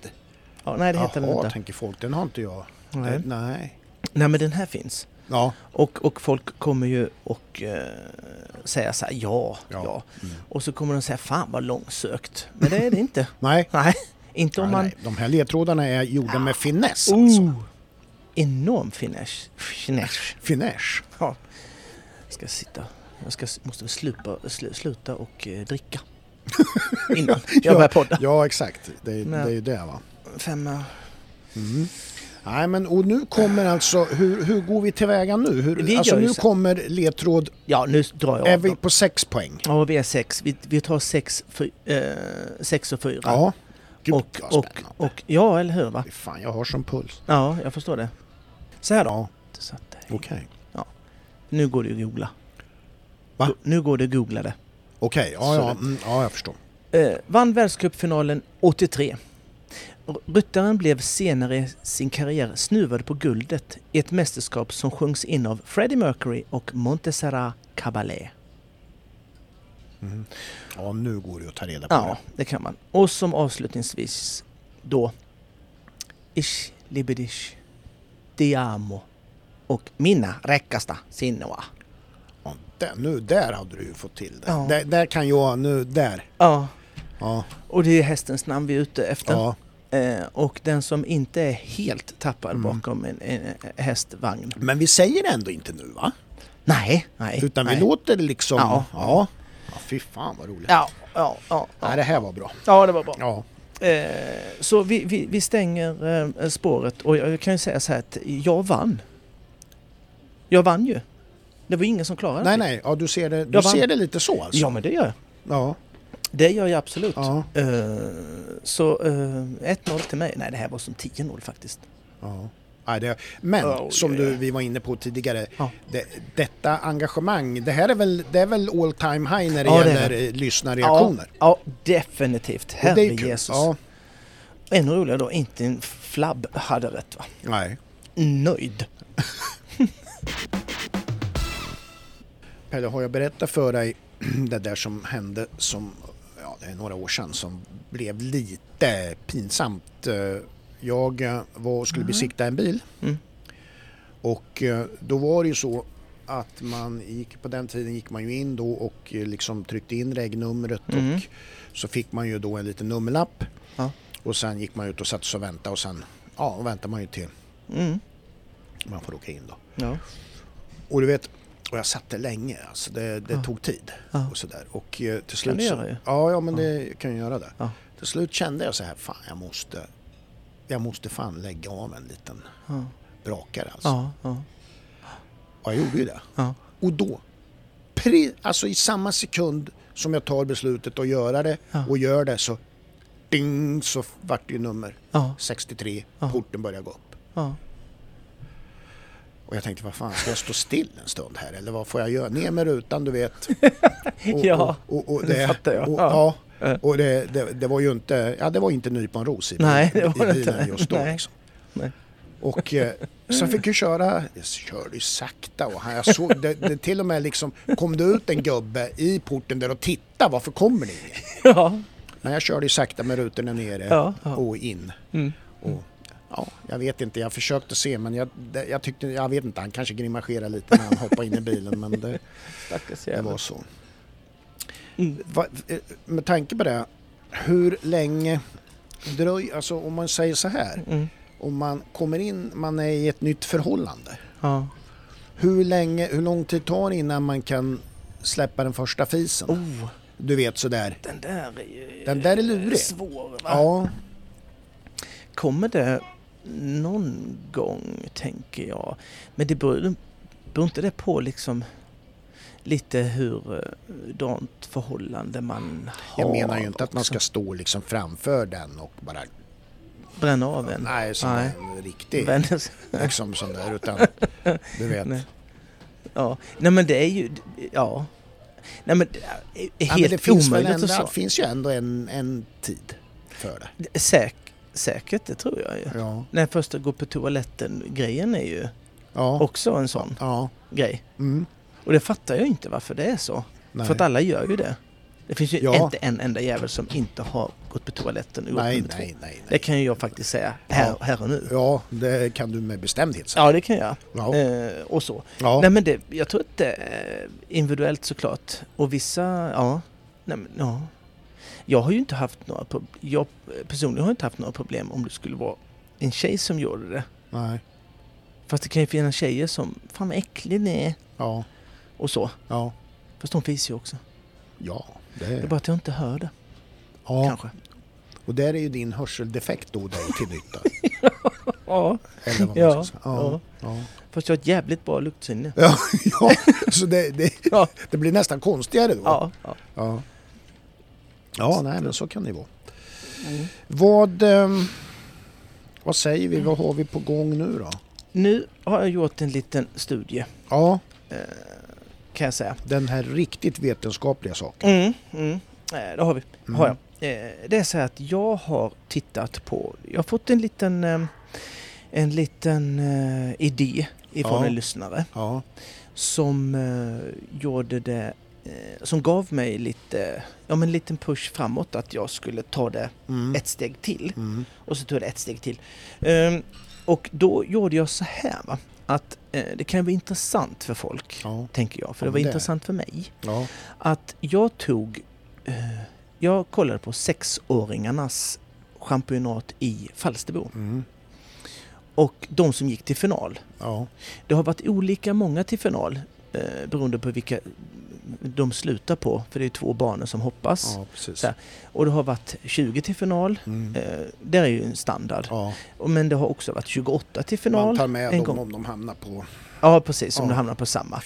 Speaker 1: Ja, nej, det heter den
Speaker 2: Jaha,
Speaker 1: inte.
Speaker 2: tänker folk. Den har inte jag.
Speaker 1: Nej.
Speaker 2: Den- nej.
Speaker 1: Nej men den här finns.
Speaker 2: Ja.
Speaker 1: Och, och folk kommer ju och eh, säga så här ja, ja,
Speaker 2: Ja. Mm.
Speaker 1: Och så kommer de säga fan vad långsökt. Men det är det inte.
Speaker 2: Nej.
Speaker 1: nej, inte om
Speaker 2: Nej,
Speaker 1: man...
Speaker 2: nej. De här ledtrådarna är gjorda med finess alltså.
Speaker 1: Oh, enorm finess. Finess.
Speaker 2: Finess.
Speaker 1: Ja. Jag ska sitta. Jag ska, måste slupa, slu, sluta och eh, dricka. Innan jag börjar podda.
Speaker 2: Ja, exakt. Det, är-
Speaker 1: Nej.
Speaker 2: det är ju det va. eh.
Speaker 1: Femma.
Speaker 2: Mm. Nej, men och nu kommer alltså, hur, hur går vi tillväga nu?
Speaker 1: Vi
Speaker 2: Hur,
Speaker 1: gör
Speaker 2: alltså
Speaker 1: ju
Speaker 2: nu
Speaker 1: så-
Speaker 2: kommer ledtråd,
Speaker 1: Ja, nu drar jag
Speaker 2: är
Speaker 1: av
Speaker 2: vi
Speaker 1: dem.
Speaker 2: på sex poäng?
Speaker 1: Ja, vi är sex. Vi, vi tar sex, fy, eh, sex och fyra.
Speaker 2: Ja. Gud,
Speaker 1: och,
Speaker 2: vad
Speaker 1: och,
Speaker 2: spännande.
Speaker 1: och, ja, eller hur va?
Speaker 2: Fy Fan, jag har som puls.
Speaker 1: Ja, jag förstår det. Så här då.
Speaker 2: Ja,
Speaker 1: Så att, eh,
Speaker 2: okej.
Speaker 1: Nu går det att googla.
Speaker 2: Va?
Speaker 1: Go- Nu går det att googla det.
Speaker 2: Okej, ja,
Speaker 1: Så
Speaker 2: ja,
Speaker 1: det-
Speaker 2: mm, ja, jag förstår.
Speaker 1: Eh, vann världscupfinalen 83. R- Ryttaren blev senare i sin karriär snuvad på guldet i ett mästerskap som sjöngs in av Freddie Mercury och Montserrat Caballé.
Speaker 2: Mm. Ja, nu går det att ta reda på
Speaker 1: Ja, det kan man. Och som avslutningsvis då Ich liebe dich, di amo och Mina räckasta sinnoa.
Speaker 2: Ja, där, nu, där hade du ju fått till det.
Speaker 1: Ja.
Speaker 2: Där, där kan jag, nu, där.
Speaker 1: Ja,
Speaker 2: Ja,
Speaker 1: och det är hästens namn vi är ute efter.
Speaker 2: ja,
Speaker 1: Eh, och den som inte är helt tappad
Speaker 2: Mm.
Speaker 1: bakom en, en hästvagn.
Speaker 2: Men vi säger det ändå inte nu va?
Speaker 1: Nej, nej.
Speaker 2: Utan vi
Speaker 1: nej.
Speaker 2: låter det liksom...
Speaker 1: Ja.
Speaker 2: Ja. ja. Fy fan vad roligt.
Speaker 1: Ja, ja, ja.
Speaker 2: Nej,
Speaker 1: Ja,
Speaker 2: det här var bra.
Speaker 1: ja det var bra.
Speaker 2: Ja.
Speaker 1: Eh, så vi, vi, vi stänger eh, spåret och jag, jag kan ju säga så här att jag vann. Jag vann ju. Det var ingen som klarade
Speaker 2: Nej,
Speaker 1: det.
Speaker 2: nej. Ja, du ser det, du
Speaker 1: Jag vann.
Speaker 2: ser det lite så alltså?
Speaker 1: Ja men det gör jag.
Speaker 2: Ja.
Speaker 1: Det gör jag absolut.
Speaker 2: Ja.
Speaker 1: Eh, så eh, 1-0 till mig. Nej det här var som 10-0 faktiskt.
Speaker 2: ja. Nej, det, men
Speaker 1: Oh,
Speaker 2: som
Speaker 1: yeah.
Speaker 2: du, vi var inne på tidigare,
Speaker 1: Ja.
Speaker 2: det, detta engagemang, det här är väl, det är väl all time high när det
Speaker 1: Ja, det är
Speaker 2: gäller eh, lyssnarreaktioner?
Speaker 1: Ja, ja definitivt.
Speaker 2: Och
Speaker 1: Herre
Speaker 2: det är kul.
Speaker 1: Jesus.
Speaker 2: Ja.
Speaker 1: Ännu roligare då, inte en flabb hade rätt va?
Speaker 2: Nej.
Speaker 1: Nöjd.
Speaker 2: Pelle, har jag berättat för dig det där som hände som, ja det är några år sedan, som blev lite pinsamt. Eh, Jag eh, var, skulle besikta en bil
Speaker 1: Mm.
Speaker 2: och eh, då var det ju så att man gick, på den tiden gick man ju in då och eh, liksom tryckte in regnumret
Speaker 1: Mm.
Speaker 2: och så fick man ju då en liten nummerlapp
Speaker 1: Ja.
Speaker 2: och sen gick man ut och satte sig och väntade och sen, ja, och väntade man ju till
Speaker 1: Mm.
Speaker 2: man får åka in då.
Speaker 1: Ja.
Speaker 2: Och du vet, och jag satt där länge, alltså det, det tog tid.
Speaker 1: Ja.
Speaker 2: Och sådär. Och eh, till slut
Speaker 1: det
Speaker 2: så-
Speaker 1: göra ju.
Speaker 2: Ja, ja men det kan ju göra det.
Speaker 1: Ja.
Speaker 2: Till slut kände jag så här, fan jag måste, jag måste fan lägga av en liten
Speaker 1: Ja.
Speaker 2: brakare alltså.
Speaker 1: Ja. Ja.
Speaker 2: Och jag gjorde ju det.
Speaker 1: Ja.
Speaker 2: Och då, pre, alltså i samma sekund som jag tar beslutet att göra det
Speaker 1: Ja.
Speaker 2: och gör det så, ding, så vart det ju nummer
Speaker 1: Ja.
Speaker 2: 63,
Speaker 1: Ja.
Speaker 2: porten började gå upp.
Speaker 1: Ja.
Speaker 2: Och jag tänkte, vad fan, ska jag stå still en stund här eller vad får jag göra? Ner med rutan, du vet. Och,
Speaker 1: Ja,
Speaker 2: och, och, och
Speaker 1: det fattar jag.
Speaker 2: Och,
Speaker 1: Ja. Eh.
Speaker 2: ja.
Speaker 1: Ja.
Speaker 2: och det, det, det var ju inte, ja det var inte nyponros i,
Speaker 1: Nej, det
Speaker 2: i
Speaker 1: var det
Speaker 2: bilen
Speaker 1: inte.
Speaker 2: just då.
Speaker 1: Nej.
Speaker 2: Liksom.
Speaker 1: Nej.
Speaker 2: Och eh, så jag fick ju köra, jag körde ju sakta och han- jag såg, det, det till och med liksom kom det ut en gubbe i porten där och titta varför kommer det ingen?
Speaker 1: Ja.
Speaker 2: Men jag körde ju sakta med rutorna nere
Speaker 1: Ja, ja.
Speaker 2: och in.
Speaker 1: Mm.
Speaker 2: Och, ja, jag vet inte, jag försökte se men jag, det- jag tyckte, jag vet inte, han kanske grimaserade lite när han hoppade in i bilen men det,
Speaker 1: Stackars
Speaker 2: det
Speaker 1: jävel.
Speaker 2: var så.
Speaker 1: Mm.
Speaker 2: Va, eh, med tanke på det, hur länge dröj, alltså om man säger så här,
Speaker 1: Mm.
Speaker 2: om man kommer in, man är i ett nytt förhållande.
Speaker 1: Ja.
Speaker 2: Hur, länge, hur lång tid tar det innan man kan släppa den första fisen?
Speaker 1: Oh,
Speaker 2: Du vet sådär.
Speaker 1: den där är ju
Speaker 2: Den där är lurig.
Speaker 1: svår va?
Speaker 2: Ja,
Speaker 1: Kommer det någon gång, tänker jag. Men det beror, beror inte det på liksom lite hur eh, dant förhållande man har?
Speaker 2: jag menar ju inte att man
Speaker 1: också?
Speaker 2: ska stå liksom framför den och bara,
Speaker 1: bränna av en.
Speaker 2: nej, som
Speaker 1: Nej.
Speaker 2: en riktig,
Speaker 1: Men-
Speaker 2: liksom sån där, utan du vet.
Speaker 1: Nej. Ja, nej men det är ju, ja. Nej men det är
Speaker 2: Ja, men
Speaker 1: helt
Speaker 2: det finns väl
Speaker 1: omöjligt
Speaker 2: ändå,
Speaker 1: att
Speaker 2: det
Speaker 1: säga.
Speaker 2: finns ju ändå en, en tid för det.
Speaker 1: Säk, säkert, det tror jag ju.
Speaker 2: Ja,
Speaker 1: När första gå på toaletten grejen är ju
Speaker 2: ja,
Speaker 1: också en sån
Speaker 2: ja.
Speaker 1: grej.
Speaker 2: Mm.
Speaker 1: Och det fattar jag ju inte varför det är så.
Speaker 2: Nej.
Speaker 1: För att alla gör ju det. Det finns ju
Speaker 2: Ja.
Speaker 1: inte en enda jävel som inte har gått på toaletten och gjort
Speaker 2: Nej,
Speaker 1: nummer två.
Speaker 2: nej, nej,
Speaker 1: Det
Speaker 2: nej.
Speaker 1: kan ju jag faktiskt säga här,
Speaker 2: Ja.
Speaker 1: här och nu.
Speaker 2: Ja, det kan du med bestämdhet säga.
Speaker 1: Ja, det kan jag.
Speaker 2: Ja.
Speaker 1: Eh, och så.
Speaker 2: Ja.
Speaker 1: Nej men det, jag tror att det är individuellt såklart. Och vissa, ja. Nej, men, ja. Jag har ju inte haft några problem. Jag personligen har inte haft några problem om det skulle vara en tjej som gjorde det.
Speaker 2: Nej.
Speaker 1: Fast det kan ju finnas tjejer som, fan vad äcklig ni är.
Speaker 2: Ja.
Speaker 1: Och så.
Speaker 2: Ja.
Speaker 1: Fast de finns ju också.
Speaker 2: Ja.
Speaker 1: Det är
Speaker 2: Det,
Speaker 1: bara att jag inte hör det.
Speaker 2: ja.
Speaker 1: Kanske.
Speaker 2: Och där är ju din hörseldefekt då dig till nytta.
Speaker 1: Ja.
Speaker 2: Eller vad man
Speaker 1: Ja,
Speaker 2: ska säga. Ja. Ja.
Speaker 1: Fast jag har ett jävligt bra luktsinne.
Speaker 2: Ja. ja. Så det, det,
Speaker 1: Ja.
Speaker 2: det blir nästan konstigare då.
Speaker 1: Ja. ja.
Speaker 2: Ja. Ja, nej men så kan det ju vara.
Speaker 1: Mm.
Speaker 2: Vad, ehm, vad säger vi? Vad har vi på gång nu då?
Speaker 1: Nu har jag gjort en liten studie eh,
Speaker 2: Ja,
Speaker 1: kan jag säga.
Speaker 2: den här riktigt vetenskapliga saken.
Speaker 1: Mm, mm. Eh, Det har vi.
Speaker 2: Mm.
Speaker 1: Har jag. Eh, Det är så här att jag har tittat på, jag har fått en liten, eh, en liten eh, idé ifrån
Speaker 2: Ja.
Speaker 1: en lyssnare
Speaker 2: Ja.
Speaker 1: som eh, gjorde det, eh, som gav mig lite, ja men en liten push framåt att jag skulle ta det
Speaker 2: Mm.
Speaker 1: ett steg till.
Speaker 2: Mm.
Speaker 1: Och så tog jag det ett steg till. Ehm, Och då gjorde jag så här va, att eh, det kan vara intressant för folk,
Speaker 2: Ja.
Speaker 1: tänker jag, för det
Speaker 2: Ja,
Speaker 1: var
Speaker 2: men det-
Speaker 1: intressant för mig
Speaker 2: Ja.
Speaker 1: att jag tog... Eh, jag kollade på sexåringarnas championat i Falsterbo
Speaker 2: Mm.
Speaker 1: och de som gick till final.
Speaker 2: Ja.
Speaker 1: Det har varit olika många till final eh, beroende på vilka de slutar på, för det är två banor som hoppas.
Speaker 2: Ja, precis.
Speaker 1: Så här. Och det har varit 20 till final,
Speaker 2: Mm.
Speaker 1: eh, det är ju en standard.
Speaker 2: Ja,
Speaker 1: Och- Men det har också varit 28 till
Speaker 2: man
Speaker 1: final.
Speaker 2: tar med
Speaker 1: en
Speaker 2: dem
Speaker 1: gång.
Speaker 2: om de hamnar på...
Speaker 1: Ja, precis, som
Speaker 2: Ja.
Speaker 1: du hamnar på samma.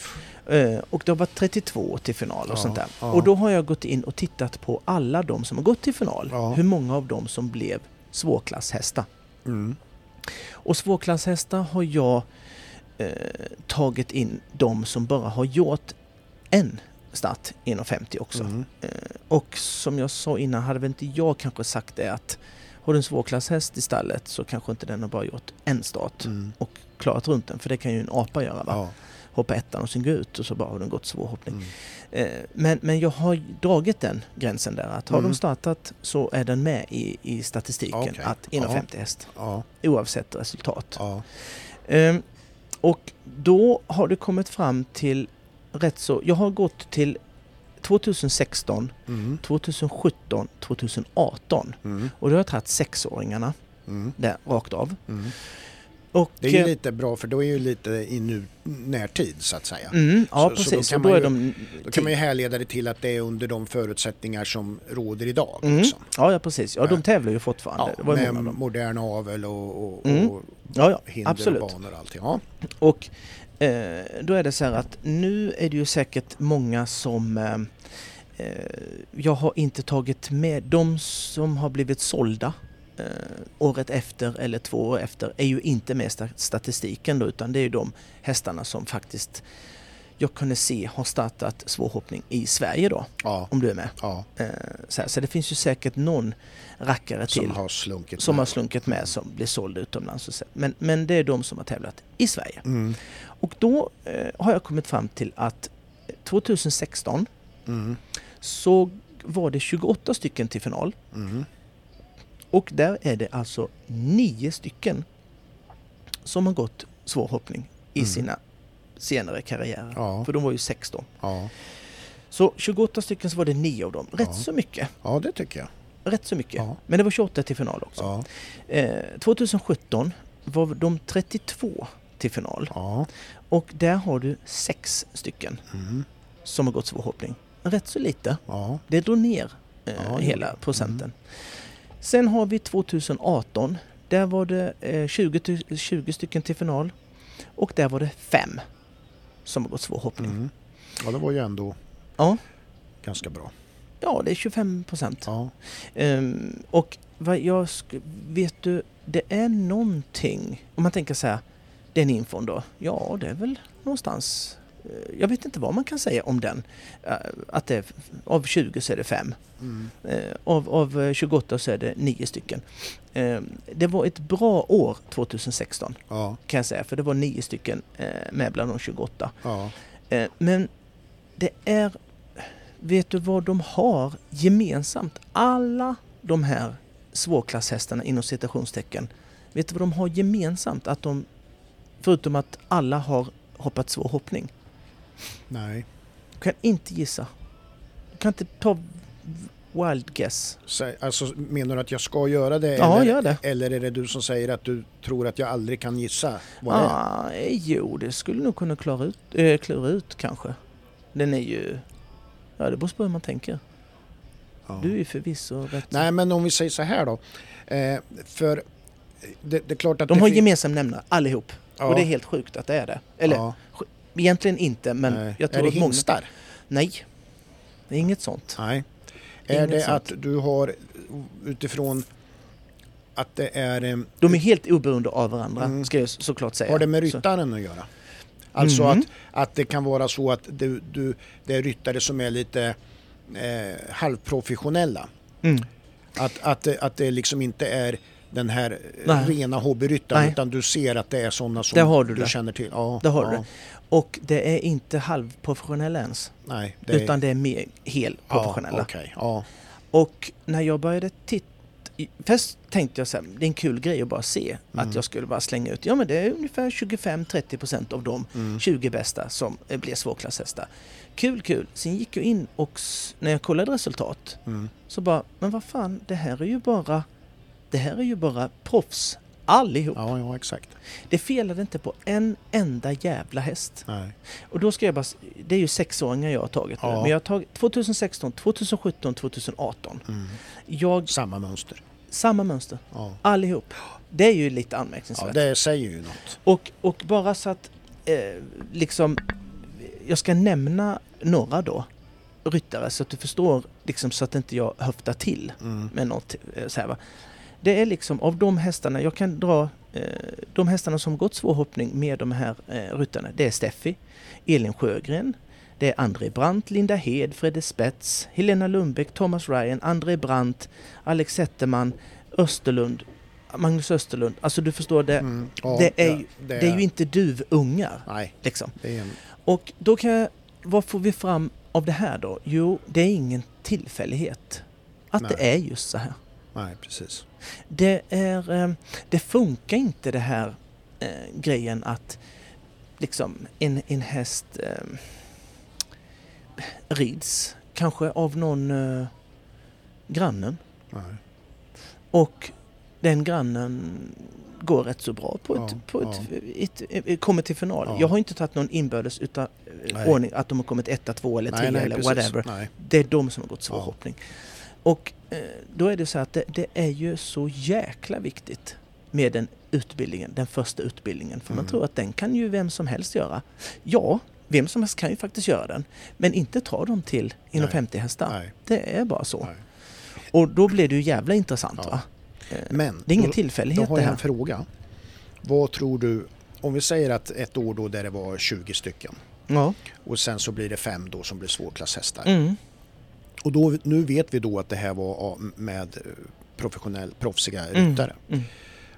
Speaker 1: Eh, Och det har varit 32 till final och
Speaker 2: Ja,
Speaker 1: sånt där.
Speaker 2: ja.
Speaker 1: Och då har jag gått in och tittat på alla de som har gått till final.
Speaker 2: Ja.
Speaker 1: Hur många av dem som blev svårklasshästar.
Speaker 2: Mm.
Speaker 1: Och svårklasshästar har jag eh, tagit in de som bara har gjort en start inom 50 också. Eh,
Speaker 2: Mm.
Speaker 1: Och som jag sa innan hade väl inte jag kanske sagt det att har du en svårklasshäst i stallet så kanske inte den har bara gjort en start
Speaker 2: Mm.
Speaker 1: och klarat runt den. För det kan ju en apa göra. Va?
Speaker 2: Ja.
Speaker 1: Hoppa ettan och sen gå ut och så bara har den gått svårhoppning.
Speaker 2: Mm.
Speaker 1: Eh, Men, men jag har dragit den gränsen där att har
Speaker 2: Mm.
Speaker 1: de startat så är den med i, i statistiken
Speaker 2: Okej.
Speaker 1: att 1,50 häst
Speaker 2: Ja.
Speaker 1: oavsett resultat.
Speaker 2: Ja.
Speaker 1: Ehm, och då har det kommit fram till rätt så... Jag har gått till 2016,
Speaker 2: Mm.
Speaker 1: 2017, 2018
Speaker 2: Mm.
Speaker 1: och då har jag tagit sexåringarna
Speaker 2: Mm.
Speaker 1: där rakt av.
Speaker 2: Mm.
Speaker 1: Och,
Speaker 2: Det är ju
Speaker 1: eh,
Speaker 2: lite bra för då är ju lite i nu, närtid så att säga.
Speaker 1: mm, ja,
Speaker 2: så- så
Speaker 1: precis.
Speaker 2: då kan
Speaker 1: och då är
Speaker 2: man ju-
Speaker 1: de...
Speaker 2: Då kan man ju härleda det till att det är under de förutsättningar som råder idag.
Speaker 1: Mm.
Speaker 2: Liksom.
Speaker 1: Ja, ja, precis. Ja, de tävlar ju fortfarande.
Speaker 2: Ja,
Speaker 1: det var ju
Speaker 2: med
Speaker 1: många av dem.
Speaker 2: modern avel och, och,
Speaker 1: Mm.
Speaker 2: och
Speaker 1: Ja, ja,
Speaker 2: hinder
Speaker 1: absolut.
Speaker 2: och banor och allt. Ja.
Speaker 1: Och eh, då är det så här att nu är det ju säkert många som eh, eh, jag har inte tagit med. De som har blivit sålda eh, året efter eller två år efter är ju inte med i sta- statistiken då, utan det är ju de hästarna som faktiskt jag kunde se har startat svårhoppning i Sverige då,
Speaker 2: Ja.
Speaker 1: om du är med.
Speaker 2: Ja.
Speaker 1: Eh, så, här, så det finns ju säkert någon rackare
Speaker 2: Som
Speaker 1: till
Speaker 2: har slunkit.
Speaker 1: som
Speaker 2: med.
Speaker 1: har slunkit med som blir såld utomlands. och så. Men, men det är de som har tävlat i Sverige.
Speaker 2: Mm.
Speaker 1: Och då eh, har jag kommit fram till att 2016
Speaker 2: Mm.
Speaker 1: så var det 28 stycken till final
Speaker 2: Mm.
Speaker 1: och där är det alltså 9 stycken som har gått svår hoppning i
Speaker 2: Mm.
Speaker 1: sina senare karriärer.
Speaker 2: Ja.
Speaker 1: För de var ju 6 då.
Speaker 2: Ja.
Speaker 1: Så 28 stycken så var det 9 av dem. Rätt
Speaker 2: Ja.
Speaker 1: så mycket.
Speaker 2: ja, det tycker jag.
Speaker 1: Rätt så mycket.
Speaker 2: Ja.
Speaker 1: Men det var 28 till final också.
Speaker 2: Ja.
Speaker 1: Eh, 2017 var de 32 till final
Speaker 2: Ja.
Speaker 1: och där har du 6 stycken
Speaker 2: Mm.
Speaker 1: som har gått svår hoppning. Rätt så lite.
Speaker 2: Ja.
Speaker 1: Det drog ner eh,
Speaker 2: Ja, det Mm.
Speaker 1: hela procenten. Sen har vi 2018. Där var det eh, 20, ty- 20 stycken till final och där var det fem som har gått svår hoppning.
Speaker 2: Mm. ja, det var ju ändå
Speaker 1: Ja.
Speaker 2: ganska bra.
Speaker 1: Ja, det är 25 procent.
Speaker 2: Ja.
Speaker 1: Ehm, och vad jag sk- vet du, det är någonting, om man tänker så här, den infon då, ja det är väl någonstans, eh, jag vet inte vad man kan säga om den, eh, att det är, av 20 så är det fem.
Speaker 2: Mm.
Speaker 1: Eh, Av, av eh, 28 så är det 9 stycken. Eh, Det var ett bra år 2016
Speaker 2: Ja.
Speaker 1: kan jag säga, för det var 9 stycken eh, med bland de 28.
Speaker 2: Ja.
Speaker 1: Eh, Men det är, vet du vad de har gemensamt? Alla de här svårklasshästarna inom citationstecken, vet du vad de har gemensamt? Att de, förutom att alla har hoppat svår hoppning.
Speaker 2: Nej.
Speaker 1: Du kan inte gissa. Du kan inte ta wild guess.
Speaker 2: Sä- Alltså, menar du att jag ska göra det?
Speaker 1: Ja,
Speaker 2: eller,
Speaker 1: gör det.
Speaker 2: Eller är det du som säger att du tror att jag aldrig kan gissa vad det är?
Speaker 1: Ah, jo, det skulle nog kunna klara ut, eh, klura ut kanske. Den är ju... Ja, det beror på hur man tänker.
Speaker 2: Ja.
Speaker 1: Du är ju förvisso rätt...
Speaker 2: Nej, men om vi säger så här då. Eh, för det, det är klart att
Speaker 1: De
Speaker 2: det
Speaker 1: har
Speaker 2: fin-
Speaker 1: gemensam nämnare, allihop.
Speaker 2: Ja.
Speaker 1: Och det är helt sjukt att det är det. Eller
Speaker 2: Ja.
Speaker 1: egentligen inte, men
Speaker 2: Nej.
Speaker 1: jag
Speaker 2: är
Speaker 1: tror
Speaker 2: det
Speaker 1: att många...
Speaker 2: hingstar?
Speaker 1: Nej, det är inget sånt.
Speaker 2: Nej. är
Speaker 1: Inget
Speaker 2: det
Speaker 1: sånt.
Speaker 2: att du har utifrån att det är... eh,
Speaker 1: De är helt oberoende av varandra,
Speaker 2: Mm.
Speaker 1: ska jag s- såklart säga.
Speaker 2: Har det med
Speaker 1: Så-
Speaker 2: ryttaren att göra? Alltså
Speaker 1: Mhm.
Speaker 2: att, att det kan vara så att du, du, det är ryttare som är lite eh, halvprofessionella.
Speaker 1: Mm.
Speaker 2: Att, att, det- att det liksom inte är den här eh,
Speaker 1: Nej.
Speaker 2: rena hobbyryttaren
Speaker 1: Nej.
Speaker 2: utan du ser att det är sådana som
Speaker 1: Där har du det.
Speaker 2: känner till. Ja,
Speaker 1: Där har
Speaker 2: ja,
Speaker 1: du det. Och det är inte halvprofessionella ens,
Speaker 2: Nej, det är,
Speaker 1: utan det är mer helprofessionella.
Speaker 2: Ja, okej. ja,
Speaker 1: Och när jag började titta... Först tänkte jag så här, det är en kul grej att bara se.
Speaker 2: Mm.
Speaker 1: Att jag skulle bara slänga ut, ja men det är ungefär 25-30% av de
Speaker 2: Mm.
Speaker 1: 20 bästa som eh, blir svårklasshästar. Kul, kul. Sen gick jag in och s- när jag kollade resultat
Speaker 2: Mm.
Speaker 1: så bara, men vad fan, det här är ju bara, det här är ju bara proffs Allihop.
Speaker 2: Ja, ja exakt.
Speaker 1: Det felade inte på en enda jävla häst.
Speaker 2: Nej.
Speaker 1: Och då ska jag bara... s- Det är ju sexåringar jag har tagit nu.
Speaker 2: Ja.
Speaker 1: Men jag har tagit 2016, 2017, 2018.
Speaker 2: Mm.
Speaker 1: Jag...
Speaker 2: Samma mönster.
Speaker 1: Samma mönster.
Speaker 2: Ja.
Speaker 1: Allihop. Det är ju lite
Speaker 2: ja,
Speaker 1: anmärkningsvärt.
Speaker 2: det säger ju något.
Speaker 1: Och, och bara så att... Eh, liksom... Jag ska nämna några då. Ryttare så att du förstår liksom så att inte jag höftar till.
Speaker 2: Mm.
Speaker 1: med något eh, så här va. Det är liksom av de hästarna, jag kan dra eh, de hästarna som gått svår hoppning med de här eh, ryttarna. Det är Steffi, Elin Sjögren, det är André Brandt, Linda Hed, Fredde Spets, Helena Lundbäck, Thomas Ryan, André Brandt, Alex Zetterman, Österlund, Magnus Österlund. Alltså du förstår, det,
Speaker 2: Mm. Ja,
Speaker 1: det, är, ju-
Speaker 2: det,
Speaker 1: det är ju inte duvungar
Speaker 2: Nej,
Speaker 1: liksom.
Speaker 2: det är en...
Speaker 1: Och då kan jag, vad får vi fram av det här då? Jo, det är ingen tillfällighet att det är just så här.
Speaker 2: Nej, precis.
Speaker 1: Det, är, eh, det funkar inte det här eh, grejen att liksom en, en häst eh, rids kanske av någon eh, grannen
Speaker 2: Nej.
Speaker 1: och den grannen går rätt så bra på ett,
Speaker 2: Ja,
Speaker 1: på ett, ett, ett- eh, kommer till final.
Speaker 2: Ja.
Speaker 1: Jag har inte tagit någon inbördes utan eh,
Speaker 2: Nej.
Speaker 1: ordning att de har kommit etta, två eller trea
Speaker 2: nej, nej,
Speaker 1: eller
Speaker 2: precis.
Speaker 1: whatever.
Speaker 2: Nej.
Speaker 1: Det är de som har gått svår
Speaker 2: Ja.
Speaker 1: hoppning. Och eh, då är det så här att det, det är ju så jäkla viktigt med den utbildningen, den första utbildningen. För man
Speaker 2: Mm.
Speaker 1: tror att den kan ju vem som helst göra. Ja, vem som helst kan ju faktiskt göra den. Men inte ta dem till inom
Speaker 2: Nej.
Speaker 1: 50 hästar.
Speaker 2: Nej.
Speaker 1: Det är bara så.
Speaker 2: Nej.
Speaker 1: Och då blir det ju jävla intressant
Speaker 2: Ja.
Speaker 1: va? Eh,
Speaker 2: Men
Speaker 1: Det är ingen
Speaker 2: då, då
Speaker 1: tillfällighet
Speaker 2: har
Speaker 1: det
Speaker 2: jag en
Speaker 1: här.
Speaker 2: fråga. Vad tror du, om vi säger att ett år då där det var 20 stycken
Speaker 1: Ja.
Speaker 2: och sen så blir det fem då som blir svårklasshästar.
Speaker 1: Mm.
Speaker 2: Och då, nu vet vi då att det här var ja, med eh, professionell, proffsiga
Speaker 1: Mm.
Speaker 2: ryttare.
Speaker 1: Mm.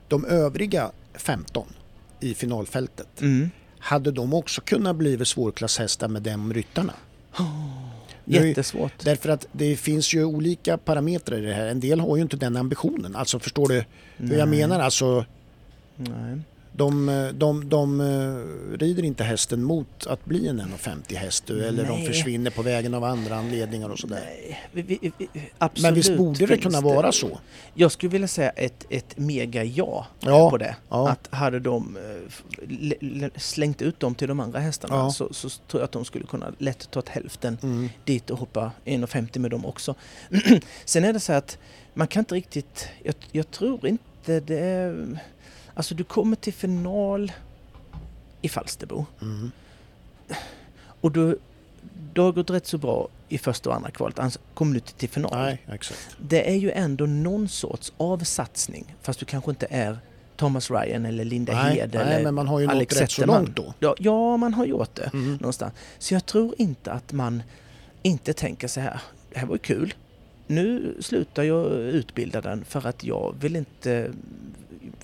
Speaker 2: De övriga 15 i finalfältet,
Speaker 1: Mm.
Speaker 2: hade de också kunnat bli svårklasshästar med de ryttarna?
Speaker 1: Oh,
Speaker 2: Nu är-
Speaker 1: Jättesvårt.
Speaker 2: Därför att det finns ju olika parametrar i det här. En del har ju inte den ambitionen. Alltså förstår du hur jag
Speaker 1: Nej.
Speaker 2: menar? Alltså,
Speaker 1: Nej.
Speaker 2: de, eh, de, de eh, rider inte hästen mot att bli en 1,50 häst eh, eller de
Speaker 1: Nej.
Speaker 2: försvinner på vägen av andra anledningar och sådär.
Speaker 1: Nej. Vi, vi, vi, absolut
Speaker 2: Men visst borde det
Speaker 1: finns
Speaker 2: kunna vara så?
Speaker 1: Jag skulle vilja säga ett, ett mega ja,
Speaker 2: Ja,
Speaker 1: på det.
Speaker 2: ja.
Speaker 1: Att hade de eh, f- le- le- slängt ut dem till de andra hästarna
Speaker 2: Ja.
Speaker 1: så, så tror jag att de skulle kunna lätt ta ett hälften
Speaker 2: Mm.
Speaker 1: dit och hoppa 1,50 med dem också. Sen är det så att man kan inte riktigt, jag, jag tror inte det är, alltså du kommer till final i Falsterbo
Speaker 2: Mm.
Speaker 1: och du, du har gått rätt så bra i första och andra kvalet, annars kommer du inte till final.
Speaker 2: Nej, exakt.
Speaker 1: Det är ju ändå någon sorts avsatsning, fast du kanske inte är Thomas Ryan eller Linda
Speaker 2: Nej,
Speaker 1: Hed eller
Speaker 2: nej, men man har ju nått
Speaker 1: Alex
Speaker 2: rätt så
Speaker 1: Zetterman.
Speaker 2: långt då.
Speaker 1: Ja, ja, man har gjort det
Speaker 2: Mm.
Speaker 1: någonstans. Så jag tror inte att man inte tänker så här, det här var ju kul. Nu slutar jag utbilda den för att jag vill inte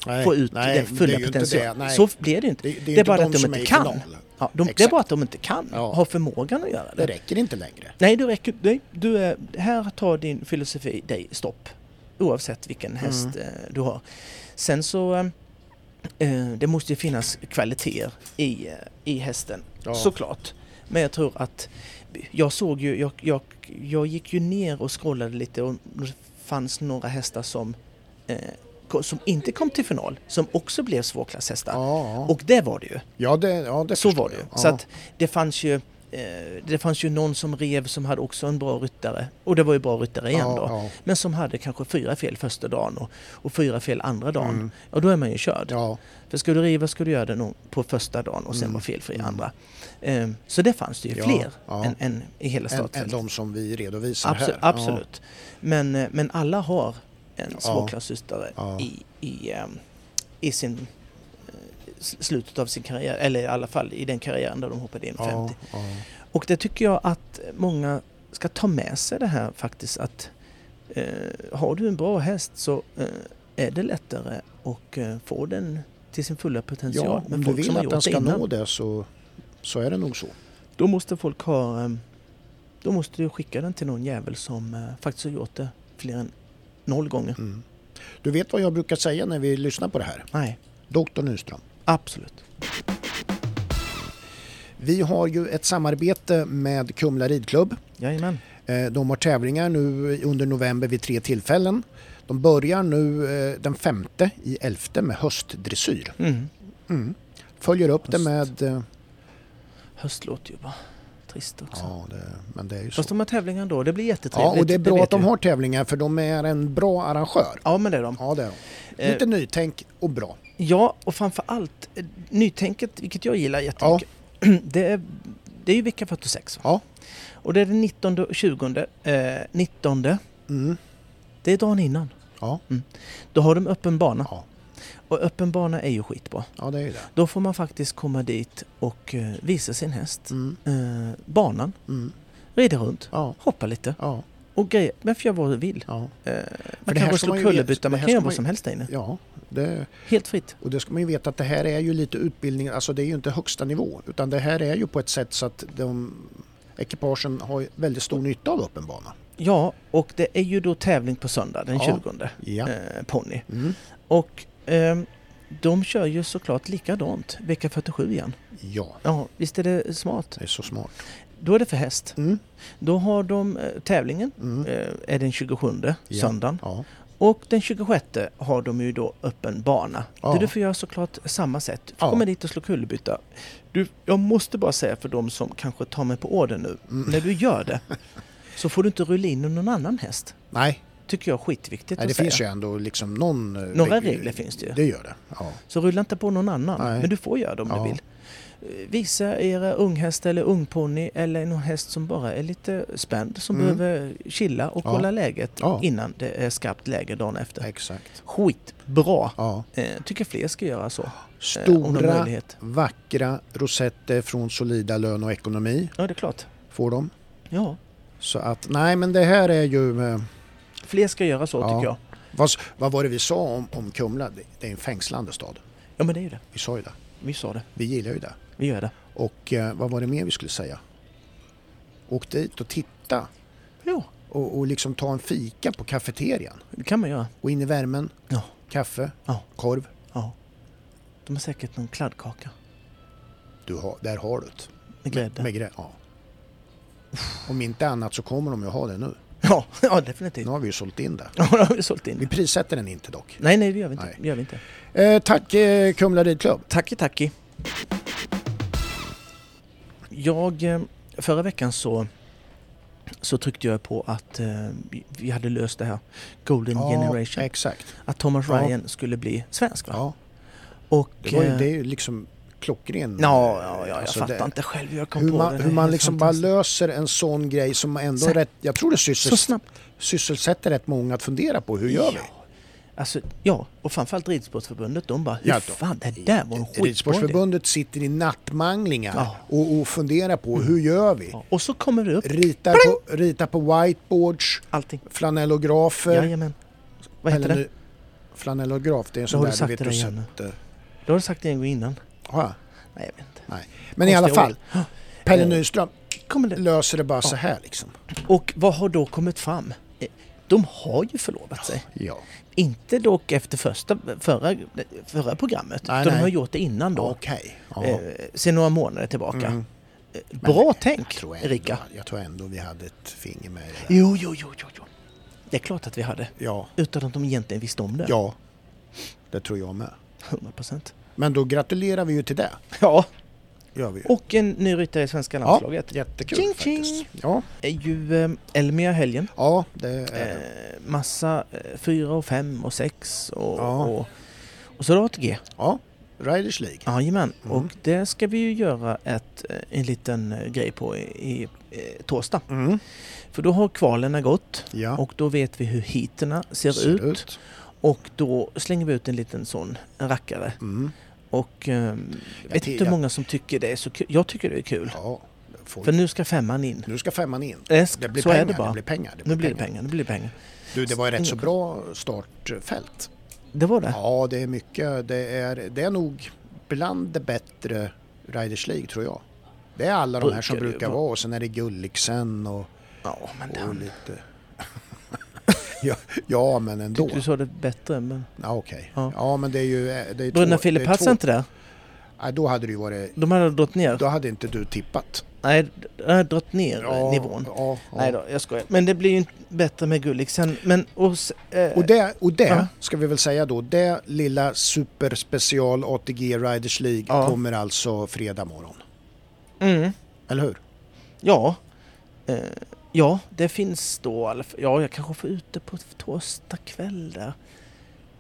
Speaker 2: Nej,
Speaker 1: få ut
Speaker 2: nej,
Speaker 1: den
Speaker 2: det
Speaker 1: fulla
Speaker 2: är ju inte
Speaker 1: potentialen.
Speaker 2: det, nej.
Speaker 1: Så blir det ju inte.
Speaker 2: Det, det är,
Speaker 1: är
Speaker 2: inte
Speaker 1: bara
Speaker 2: de
Speaker 1: att de
Speaker 2: som
Speaker 1: inte
Speaker 2: är i
Speaker 1: kan.
Speaker 2: final.
Speaker 1: Ja, de, det är
Speaker 2: Exakt.
Speaker 1: bara att de inte kan,
Speaker 2: Ja.
Speaker 1: har förmågan att göra
Speaker 2: Det
Speaker 1: det.
Speaker 2: räcker inte längre.
Speaker 1: Nej, du räcker nej, du är, Här tar din filosofi dig stopp. Oavsett vilken
Speaker 2: Mm.
Speaker 1: häst eh, du har. Sen så... Eh, det måste ju finnas kvaliteter i, eh, i hästen,
Speaker 2: Ja.
Speaker 1: såklart. Men jag tror att... Jag såg ju... Jag, jag, jag gick ju ner och scrollade lite och det fanns några hästar som... Eh, ko- som inte kom till final, som också blev svårklasshästar.
Speaker 2: Ja,
Speaker 1: Och det var det ju.
Speaker 2: ja, det, ja, det
Speaker 1: Så
Speaker 2: förstår
Speaker 1: var det ju.
Speaker 2: jag. Ja.
Speaker 1: Så att det fanns ju, eh, det fanns ju någon som rev som hade också en bra ryttare. Och det var ju bra ryttare igen
Speaker 2: ja,
Speaker 1: då.
Speaker 2: Ja,
Speaker 1: Men som hade kanske fyra fel första dagen och, och fyra fel andra dagen.
Speaker 2: Mm.
Speaker 1: Och då är man ju körd.
Speaker 2: ja,
Speaker 1: För ska du riva ska du göra det nog på första dagen och sen
Speaker 2: Mm.
Speaker 1: vara felfri
Speaker 2: Mm.
Speaker 1: andra. Eh, så det fanns det ju
Speaker 2: Ja,
Speaker 1: fler
Speaker 2: ja.
Speaker 1: Än, än i hela
Speaker 2: än, än
Speaker 1: startfältet.
Speaker 2: de som vi redovisar
Speaker 1: Absolut.
Speaker 2: här. Ja.
Speaker 1: absolut. Men, eh, men alla har en svårklassryttare
Speaker 2: Ja.
Speaker 1: i, i, eh, i sin eh, s- slutet av sin karriär, eller i alla fall i den karriären där de hoppade in 50.
Speaker 2: Ja, ja,
Speaker 1: Och det tycker jag att många ska ta med sig det här faktiskt att eh, har du en bra häst så eh, är det lättare att eh, få den till sin fulla potential.
Speaker 2: ja,
Speaker 1: Men
Speaker 2: om du
Speaker 1: folk som
Speaker 2: vill
Speaker 1: har
Speaker 2: att
Speaker 1: gjort
Speaker 2: den ska
Speaker 1: det innan,
Speaker 2: nå det så, så är det nog så.
Speaker 1: Då måste folk ha... eh, Då måste du skicka den till någon jävel som eh, faktiskt har gjort det fler än noll gånger.
Speaker 2: Mm. Du vet vad jag brukar säga när vi lyssnar på det här?
Speaker 1: Nej,
Speaker 2: Doktor Nyström.
Speaker 1: absolut.
Speaker 2: Vi har ju ett samarbete med Kumla ridklubb.
Speaker 1: Jajamän.
Speaker 2: Eh, De har tävlingar nu under november vid tre tillfällen. De börjar nu eh, den femte i elfte med höstdressyr.
Speaker 1: Mm.
Speaker 2: Mm. Följer upp det
Speaker 1: Höst.
Speaker 2: med... eh,
Speaker 1: Höst låter ju bara trist också.
Speaker 2: Ja, det, men det är ju så.
Speaker 1: Fast de har tävlingar ändå, det blir
Speaker 2: Ja,
Speaker 1: jättetrevligt.
Speaker 2: och det är bra
Speaker 1: vet
Speaker 2: att de
Speaker 1: du.
Speaker 2: har tävlingar för de är en bra arrangör.
Speaker 1: Ja, men det är de.
Speaker 2: Ja, det är de.
Speaker 1: Eh,
Speaker 2: Lite nytänk och bra.
Speaker 1: Ja, och framför allt eh, nytänket, vilket jag gillar jättemycket. Det, är, det är ju vecka 46. va?
Speaker 2: Ja.
Speaker 1: Och det är den 19 och 20. Eh, 19,
Speaker 2: Mm.
Speaker 1: det är dagen innan.
Speaker 2: Ja.
Speaker 1: Mm. Då har de öppen bana.
Speaker 2: Ja.
Speaker 1: Och öppen bana är ju skitbra.
Speaker 2: ja, det är ju det.
Speaker 1: Då får man faktiskt komma dit och eh, visa sin häst.
Speaker 2: Mm.
Speaker 1: Eh, banan,
Speaker 2: Mm.
Speaker 1: rida runt,
Speaker 2: Ja,
Speaker 1: hoppa lite
Speaker 2: ja,
Speaker 1: och grejer. Men för jag vad du vill.
Speaker 2: ja.
Speaker 1: Eh,
Speaker 2: här
Speaker 1: man kan gå och
Speaker 2: ska
Speaker 1: slå
Speaker 2: man ju
Speaker 1: kullerbytta,
Speaker 2: veta-
Speaker 1: man
Speaker 2: det här
Speaker 1: kan göra
Speaker 2: ska
Speaker 1: vad
Speaker 2: man ju-
Speaker 1: som helst där inne.
Speaker 2: ja det,
Speaker 1: Helt fritt.
Speaker 2: och det ska man ju veta att det här är ju lite utbildning, alltså det är ju inte högsta nivå utan det här är ju på ett sätt så att de, ekipagen har ju väldigt stor nytta av öppen bana.
Speaker 1: Ja, och det är ju då tävling på söndag den
Speaker 2: Ja.
Speaker 1: 20
Speaker 2: Ja.
Speaker 1: eh, ponny.
Speaker 2: Mm.
Speaker 1: Och ehm, de kör ju såklart likadant vecka 47 igen.
Speaker 2: ja,
Speaker 1: Ja, visst är det smart?
Speaker 2: det är så smart.
Speaker 1: Då är det för häst.
Speaker 2: Mm.
Speaker 1: Då har de eh, tävlingen,
Speaker 2: Mm.
Speaker 1: eh, är den 27
Speaker 2: Ja.
Speaker 1: söndagen.
Speaker 2: Ja.
Speaker 1: Och den 26 har de ju då öppen bana.
Speaker 2: Ja.
Speaker 1: Där du får göra såklart samma sätt. Du får
Speaker 2: Ja.
Speaker 1: komma dit och slå kullerbytta. Du, jag måste bara säga för de som kanske tar mig på orden nu.
Speaker 2: Mm.
Speaker 1: När du gör det så får du inte rulla in någon annan häst.
Speaker 2: Nej,
Speaker 1: Tycker jag är skitviktigt
Speaker 2: nej,
Speaker 1: att
Speaker 2: det
Speaker 1: säga.
Speaker 2: finns ju ändå liksom någon... eh,
Speaker 1: Några
Speaker 2: reg-
Speaker 1: regler finns det ju.
Speaker 2: Det gör det. Ja.
Speaker 1: Så rulla inte på någon annan.
Speaker 2: Nej.
Speaker 1: Men du får göra det om
Speaker 2: Ja.
Speaker 1: du vill. Eh, Visa era unghäst eller ungponny eller någon häst som bara är lite spänd som
Speaker 2: Mm.
Speaker 1: behöver chilla och
Speaker 2: Ja.
Speaker 1: kolla läget
Speaker 2: Ja.
Speaker 1: innan det är skarpt läge dagen efter.
Speaker 2: Exakt.
Speaker 1: Skitbra!
Speaker 2: Ja.
Speaker 1: Eh, tycker fler ska göra så. eh, om de har
Speaker 2: Stora,
Speaker 1: möjlighet.
Speaker 2: vackra rosetter från Solida Lön och Ekonomi
Speaker 1: Ja, det är klart.
Speaker 2: får de.
Speaker 1: Ja,
Speaker 2: Så att, nej men det här är ju... eh,
Speaker 1: fler ska göra så
Speaker 2: Ja.
Speaker 1: tycker jag.
Speaker 2: Vad, s- vad var det vi sa om, om Kumla? Det, det är en fängslande stad.
Speaker 1: Ja, men det är ju det.
Speaker 2: Vi sa ju det.
Speaker 1: Vi sa det.
Speaker 2: Vi gillar ju det.
Speaker 1: Vi gör det.
Speaker 2: Och eh, vad var det mer vi skulle säga? Åk dit och titta
Speaker 1: Ja,
Speaker 2: och, och liksom ta en fika på kafeterian.
Speaker 1: det kan man göra.
Speaker 2: Och in i värmen,
Speaker 1: Ja.
Speaker 2: kaffe,
Speaker 1: Ja.
Speaker 2: korv.
Speaker 1: Ja. De har säkert någon kladdkaka
Speaker 2: Du har, där har du det.
Speaker 1: med grädde.
Speaker 2: Med grä, ja. Om inte annat så kommer de ju ha det nu.
Speaker 1: Ja, ja,
Speaker 2: Nu
Speaker 1: definitivt.
Speaker 2: har vi ju sålt in det.
Speaker 1: Ja, då har vi sålt in
Speaker 2: Vi prissätter den inte dock.
Speaker 1: Nej, nej, det gör vi inte.
Speaker 2: Nej.
Speaker 1: Det gör vi inte.
Speaker 2: Eh, tack eh, Kumla Ridklubb.
Speaker 1: Tacki, tacki. Jag, eh, förra veckan så, så tryckte jag på att eh, vi- vi hade löst det här Golden Generation.
Speaker 2: exakt.
Speaker 1: Att Thomas
Speaker 2: ja.
Speaker 1: Ryan skulle bli svensk. Va?
Speaker 2: Ja,
Speaker 1: Och,
Speaker 2: det, var ju,
Speaker 1: eh,
Speaker 2: det är ju liksom klockren.
Speaker 1: Ja, ja, ja, jag
Speaker 2: alltså,
Speaker 1: fattar
Speaker 2: det-
Speaker 1: inte själv hur jag kom
Speaker 2: Hur
Speaker 1: på
Speaker 2: man,
Speaker 1: det. det.
Speaker 2: hur
Speaker 1: är
Speaker 2: man
Speaker 1: helt
Speaker 2: liksom bara
Speaker 1: fantastiskt.
Speaker 2: löser en sån grej som ändå
Speaker 1: Så-
Speaker 2: är rätt, jag tror det
Speaker 1: Så
Speaker 2: syssels,
Speaker 1: snabbt.
Speaker 2: sysselsätter rätt många att fundera på hur gör vi?
Speaker 1: Ja. Alltså, ja, och framförallt Ridsportförbundet, de bara, hur
Speaker 2: Ja, då-
Speaker 1: fan, det där var en skitbra idé.
Speaker 2: Ridsportförbundet sitter i nattmanglingar
Speaker 1: Ja.
Speaker 2: och, och funderar på hur gör vi?
Speaker 1: Ja, och så kommer det upp,
Speaker 2: Ritar, på, ritar på whiteboards,
Speaker 1: allting.
Speaker 2: flanellografer.
Speaker 1: Jajamän. Vad heter
Speaker 2: eller
Speaker 1: det?
Speaker 2: nu- Flanellograf, det är en
Speaker 1: har
Speaker 2: sån
Speaker 1: du
Speaker 2: där
Speaker 1: sagt det där igen
Speaker 2: sätter-
Speaker 1: Då har du sagt det en gång innan.
Speaker 2: Ja,
Speaker 1: Nej, jag vet inte.
Speaker 2: nej. Men i alla
Speaker 1: Konstiga
Speaker 2: fall,
Speaker 1: ord.
Speaker 2: Pelle
Speaker 1: Eh.
Speaker 2: Nyström
Speaker 1: Kommer det?
Speaker 2: löser det bara så här liksom.
Speaker 1: Och vad har då kommit fram? Eh, De har ju förlovat sig.
Speaker 2: Ja,
Speaker 1: Inte dock efter första, förra, förra programmet,
Speaker 2: Nej,
Speaker 1: utan
Speaker 2: nej.
Speaker 1: de har gjort det innan då.
Speaker 2: okej. Ja.
Speaker 1: Eh, sen några månader tillbaka.
Speaker 2: Mm.
Speaker 1: Eh, Bra
Speaker 2: Jag
Speaker 1: tänk,
Speaker 2: tror ändå-
Speaker 1: Erika.
Speaker 2: Jag tror ändå vi hade ett finger med i det. där.
Speaker 1: Jo, jo, jo, jo, jo. Det är klart att vi hade.
Speaker 2: Ja,
Speaker 1: Utan att de egentligen visste om det.
Speaker 2: ja. Det tror jag med.
Speaker 1: 100 procent.
Speaker 2: Men då gratulerar vi ju till det.
Speaker 1: Ja,
Speaker 2: Gör vi ju.
Speaker 1: och en ny ryttare i svenska
Speaker 2: ja,
Speaker 1: landslaget.
Speaker 2: jättekul
Speaker 1: Tjing, tjing.
Speaker 2: faktiskt. Ja,
Speaker 1: Är ju eh, Elmia helgen.
Speaker 2: ja, det är det.
Speaker 1: Eh, massa eh, fyra och fem och sex och,
Speaker 2: Ja.
Speaker 1: och, och så är det ATG.
Speaker 2: Ja, Riders League.
Speaker 1: Jajamän,
Speaker 2: Mm.
Speaker 1: och det ska vi ju göra ett, eh, en liten eh, grej på i, i eh, torsdag.
Speaker 2: Mm.
Speaker 1: För då har kvalen gått
Speaker 2: Ja,
Speaker 1: och då vet vi hur heaterna ser,
Speaker 2: ser
Speaker 1: ut. Och då slänger vi ut en liten sån rackare.
Speaker 2: Mm.
Speaker 1: Och ehm,
Speaker 2: Jag
Speaker 1: vet
Speaker 2: te-
Speaker 1: inte hur
Speaker 2: jag-
Speaker 1: många som tycker det är så kul. Jag tycker det är kul.
Speaker 2: Ja, folk.
Speaker 1: För nu ska femman in.
Speaker 2: nu ska femman in.
Speaker 1: Det ska,
Speaker 2: Det blir
Speaker 1: så
Speaker 2: pengar,
Speaker 1: är det bara.
Speaker 2: blir pengar.
Speaker 1: nu blir det pengar, nu blir det pengar. Mm.
Speaker 2: Du, det var ju rätt så bra startfält.
Speaker 1: Det var det.
Speaker 2: Ja, det är mycket. Det är, det är nog bland det bättre Riders League tror jag. Det är alla de här som
Speaker 1: Brukar det
Speaker 2: brukar
Speaker 1: vara.
Speaker 2: vara och sen är det Gulliksen och
Speaker 1: Ja, men
Speaker 2: Och
Speaker 1: den,
Speaker 2: lite... ja, ja, men ändå.
Speaker 1: tyckte du sa det bättre. Men...
Speaker 2: Ja, okej.
Speaker 1: Ja.
Speaker 2: Ja. men det är ju... eh, Det är
Speaker 1: Bröderna
Speaker 2: två- det
Speaker 1: Filip
Speaker 2: är
Speaker 1: hade
Speaker 2: två-
Speaker 1: inte där.
Speaker 2: Nej, då hade det ju varit...
Speaker 1: De hade dragit ner.
Speaker 2: Då hade inte du tippat.
Speaker 1: Nej, jag har dragit ner eh, nivån.
Speaker 2: Ja, ja.
Speaker 1: Nej då, jag skojar. Men det blir ju inte bättre med Gulliksen. Men och, s- eh,
Speaker 2: Och det, och det
Speaker 1: Ja.
Speaker 2: ska vi väl säga då, det lilla superspecial ATG Riders League
Speaker 1: Ja.
Speaker 2: kommer alltså fredag morgon.
Speaker 1: mm,
Speaker 2: Eller hur?
Speaker 1: ja. Eh, ja, det finns då i alla fall- Ja, jag kanske får ut det på torsdag kväll där.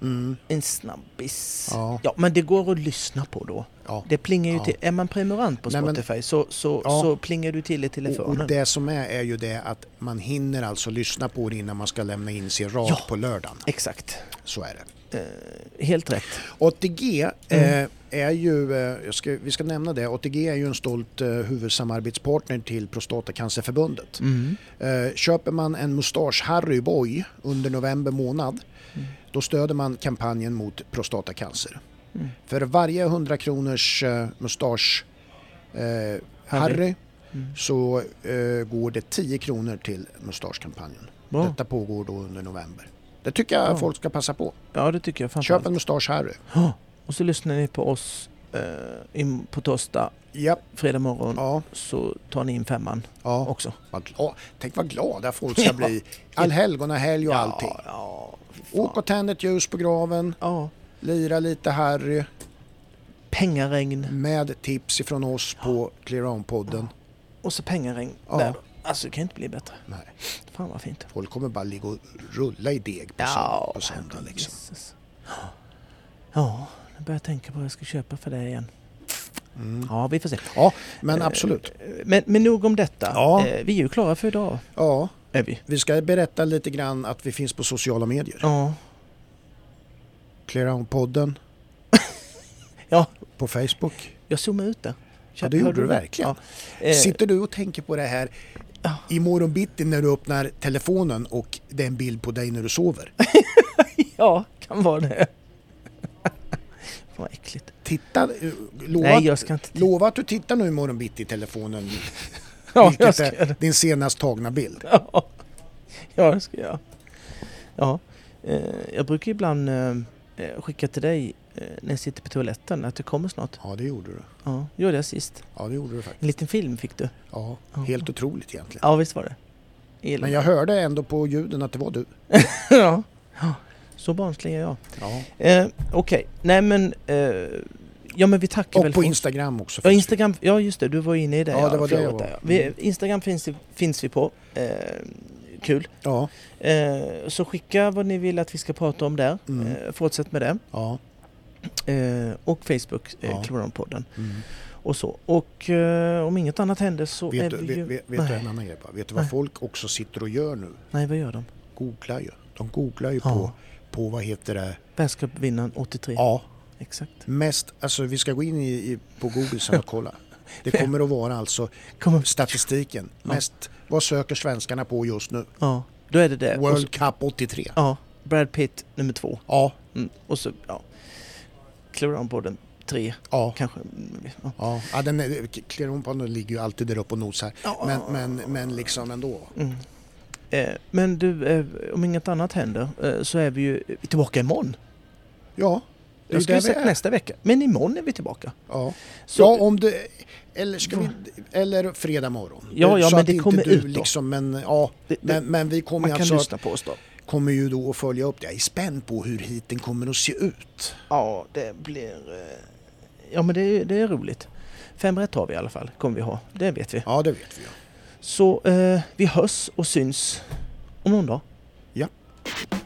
Speaker 2: Mm.
Speaker 1: En snabbis. Ja.
Speaker 2: Ja.
Speaker 1: men det går att lyssna på då.
Speaker 2: Ja.
Speaker 1: Det plingar ju
Speaker 2: Ja.
Speaker 1: till. Är man prenumerant på
Speaker 2: Nej, men-
Speaker 1: Spotify så, så,
Speaker 2: Ja.
Speaker 1: så plingar du till i telefonen.
Speaker 2: Och, och det som är är ju det att man hinner alltså lyssna på det innan man ska lämna in sin rad
Speaker 1: Ja.
Speaker 2: på lördagen.
Speaker 1: Exakt.
Speaker 2: Så är det.
Speaker 1: Eh, helt rätt.
Speaker 2: ATG
Speaker 1: Mm.
Speaker 2: eh, är ju, eh, jag ska, vi ska nämna det, ATG är ju en stolt eh, huvudsamarbetspartner till Prostatacancerförbundet.
Speaker 1: Mm.
Speaker 2: Eh, köper man en mustasch Harry Boy under november månad
Speaker 1: Mm.
Speaker 2: då stöder man kampanjen mot prostatacancer.
Speaker 1: Mm.
Speaker 2: För varje 100 kronors eh, mustasch eh, Harry,
Speaker 1: Mm.
Speaker 2: så eh, går det 10 kronor till mustaschkampanjen.
Speaker 1: Bra.
Speaker 2: Detta pågår då under november. Det tycker jag
Speaker 1: Ja.
Speaker 2: folk ska passa på.
Speaker 1: Ja, det tycker jag.
Speaker 2: Köp
Speaker 1: Framförallt.
Speaker 2: en mustasch Harry.
Speaker 1: Ja, Och så lyssnar ni på oss eh, in- på torsdag,
Speaker 2: Ja,
Speaker 1: fredag morgon.
Speaker 2: ja,
Speaker 1: Så tar ni in femman
Speaker 2: ja.
Speaker 1: också.
Speaker 2: Vad gla- Tänk vad glada folk ska
Speaker 1: Ja.
Speaker 2: bli. Allhelgona helg och allting.
Speaker 1: Ja, ja, fy fan.
Speaker 2: Åk och tänd ett ljus på graven,
Speaker 1: ja.
Speaker 2: lira lite Harry.
Speaker 1: Pengaregn.
Speaker 2: Mm. med tips ifrån oss på ClearOn-podden.
Speaker 1: Och så pengaregn.
Speaker 2: Ja.
Speaker 1: Där. Alltså det kan inte bli bättre.
Speaker 2: Nej,
Speaker 1: Fan vad fint.
Speaker 2: Folk kommer bara ligga och rulla i deg på, söndag, på söndag. Liksom.
Speaker 1: Jesus. Ja, nu börjar jag tänka på vad jag ska köpa för det igen.
Speaker 2: Mm.
Speaker 1: Ja, vi får se.
Speaker 2: Ja,
Speaker 1: Eh.
Speaker 2: men absolut.
Speaker 1: Men, men nog om detta.
Speaker 2: Ja.
Speaker 1: Eh, Vi är ju klara för idag.
Speaker 2: Ja,
Speaker 1: Är vi?
Speaker 2: vi ska berätta lite grann att vi finns på sociala medier.
Speaker 1: Ja.
Speaker 2: ClearOn-podden
Speaker 1: Ja,
Speaker 2: på Facebook.
Speaker 1: jag zoomade ut där.
Speaker 2: Ja, det gjorde
Speaker 1: Hörde
Speaker 2: du verkligen.
Speaker 1: Ja. Eh,
Speaker 2: Sitter du och tänker på det här
Speaker 1: Ja.
Speaker 2: imorgon bitti när du öppnar telefonen och det är en bild på dig när du sover?
Speaker 1: Ja, kan vara det. Fan, Vad äckligt.
Speaker 2: Titta, eh, lova,
Speaker 1: Nej, jag ska inte...
Speaker 2: att- lova att du tittar nu imorgon bitti i telefonen,
Speaker 1: Ja, jag
Speaker 2: vilket
Speaker 1: ska göra det.
Speaker 2: är din senast tagna bild.
Speaker 1: Ja, Ja, det ska jag. Ja, eh, jag brukar ibland eh, eh, skicka till dig eh, när jag sitter på toaletten att det kommer snart.
Speaker 2: Ja, det gjorde du.
Speaker 1: Ja, gjorde jag sist.
Speaker 2: Ja, det gjorde du faktiskt.
Speaker 1: En liten film fick du.
Speaker 2: Ja,
Speaker 1: Ja.
Speaker 2: helt otroligt egentligen.
Speaker 1: Mm. Ja, visst var det? Elin.
Speaker 2: Men jag hörde ändå på ljuden att det var du.
Speaker 1: ja. Ja, så barnslig är jag.
Speaker 2: Ja.
Speaker 1: Eh, Okej, nej men... Eh, ja, men vi tackar väl
Speaker 2: Och på
Speaker 1: för-
Speaker 2: Instagram också.
Speaker 1: Ja,
Speaker 2: finns
Speaker 1: Instagram, ja just det, du var inne i det.
Speaker 2: Ja, det var det
Speaker 1: förlåt
Speaker 2: jag var. Mm.
Speaker 1: där, Vi, Instagram finns, i- finns vi på. Eh, kul.
Speaker 2: det. Ja,
Speaker 1: Eh, så skicka vad ni vill att vi ska prata om där.
Speaker 2: Mm.
Speaker 1: Eh, fortsätt med det.
Speaker 2: ja.
Speaker 1: Eh, och Facebook, eh,
Speaker 2: Ja.
Speaker 1: Kloronpodden
Speaker 2: Mm.
Speaker 1: och så. Och eh, om inget annat händer så är
Speaker 2: Vet,
Speaker 1: vi
Speaker 2: du,
Speaker 1: ju...
Speaker 2: vet, vet, vet du
Speaker 1: Nej.
Speaker 2: en annan grej bara? Vet du vad
Speaker 1: Nej.
Speaker 2: folk också sitter och gör nu?
Speaker 1: Nej, vad gör de?
Speaker 2: Googlar ju. De googlar ju
Speaker 1: Ja.
Speaker 2: på, på, vad heter det?
Speaker 1: Världscupvinnaren 83.
Speaker 2: Ja,
Speaker 1: Exakt.
Speaker 2: mest, alltså vi ska gå in i, i, på Google sen och kolla. Det kommer att vara alltså
Speaker 1: Kom upp.
Speaker 2: statistiken.
Speaker 1: Ja.
Speaker 2: Mest, vad söker svenskarna på just nu?
Speaker 1: Ja, då är det det. Och så,
Speaker 2: World Cup 83.
Speaker 1: ja, Brad Pitt nummer två.
Speaker 2: Ja,
Speaker 1: Mm. Och så, ja. Kloronpodden tre,
Speaker 2: ja.
Speaker 1: kanske. Mm, Ja.
Speaker 2: Ja, ja den är- Kleronpodden ligger ju alltid där uppe och nosar.
Speaker 1: Ja.
Speaker 2: Men, men, men liksom ändå.
Speaker 1: Mm. Eh, Men du, eh, om inget annat händer eh, så är vi ju tillbaka imorgon.
Speaker 2: Ja, det är
Speaker 1: Jag
Speaker 2: ju
Speaker 1: skulle
Speaker 2: där vi
Speaker 1: sagt
Speaker 2: är.
Speaker 1: nästa vecka, men imorgon är vi tillbaka.
Speaker 2: Ja.
Speaker 1: Så,
Speaker 2: ja, om du... Eller, ska vi, eller fredag morgon.
Speaker 1: Ja, ja,
Speaker 2: Så
Speaker 1: men
Speaker 2: att
Speaker 1: det
Speaker 2: inte
Speaker 1: kommer
Speaker 2: du
Speaker 1: ut då.
Speaker 2: liksom, men, ja,
Speaker 1: det, det,
Speaker 2: men, men vi kommer,
Speaker 1: man
Speaker 2: ju
Speaker 1: kan
Speaker 2: alltså,
Speaker 1: lyssna på oss då.
Speaker 2: kommer ju då att följa upp det. Jag är spänd på hur hiten kommer att se ut.
Speaker 1: Ja, det blir... eh, Ja, men det, är- det är roligt. Fem rätt har vi i alla fall, kommer vi ha. Det vet vi.
Speaker 2: Ja, det vet vi ju.
Speaker 1: Så eh, vi hörs och syns om någon dag.
Speaker 2: Ja.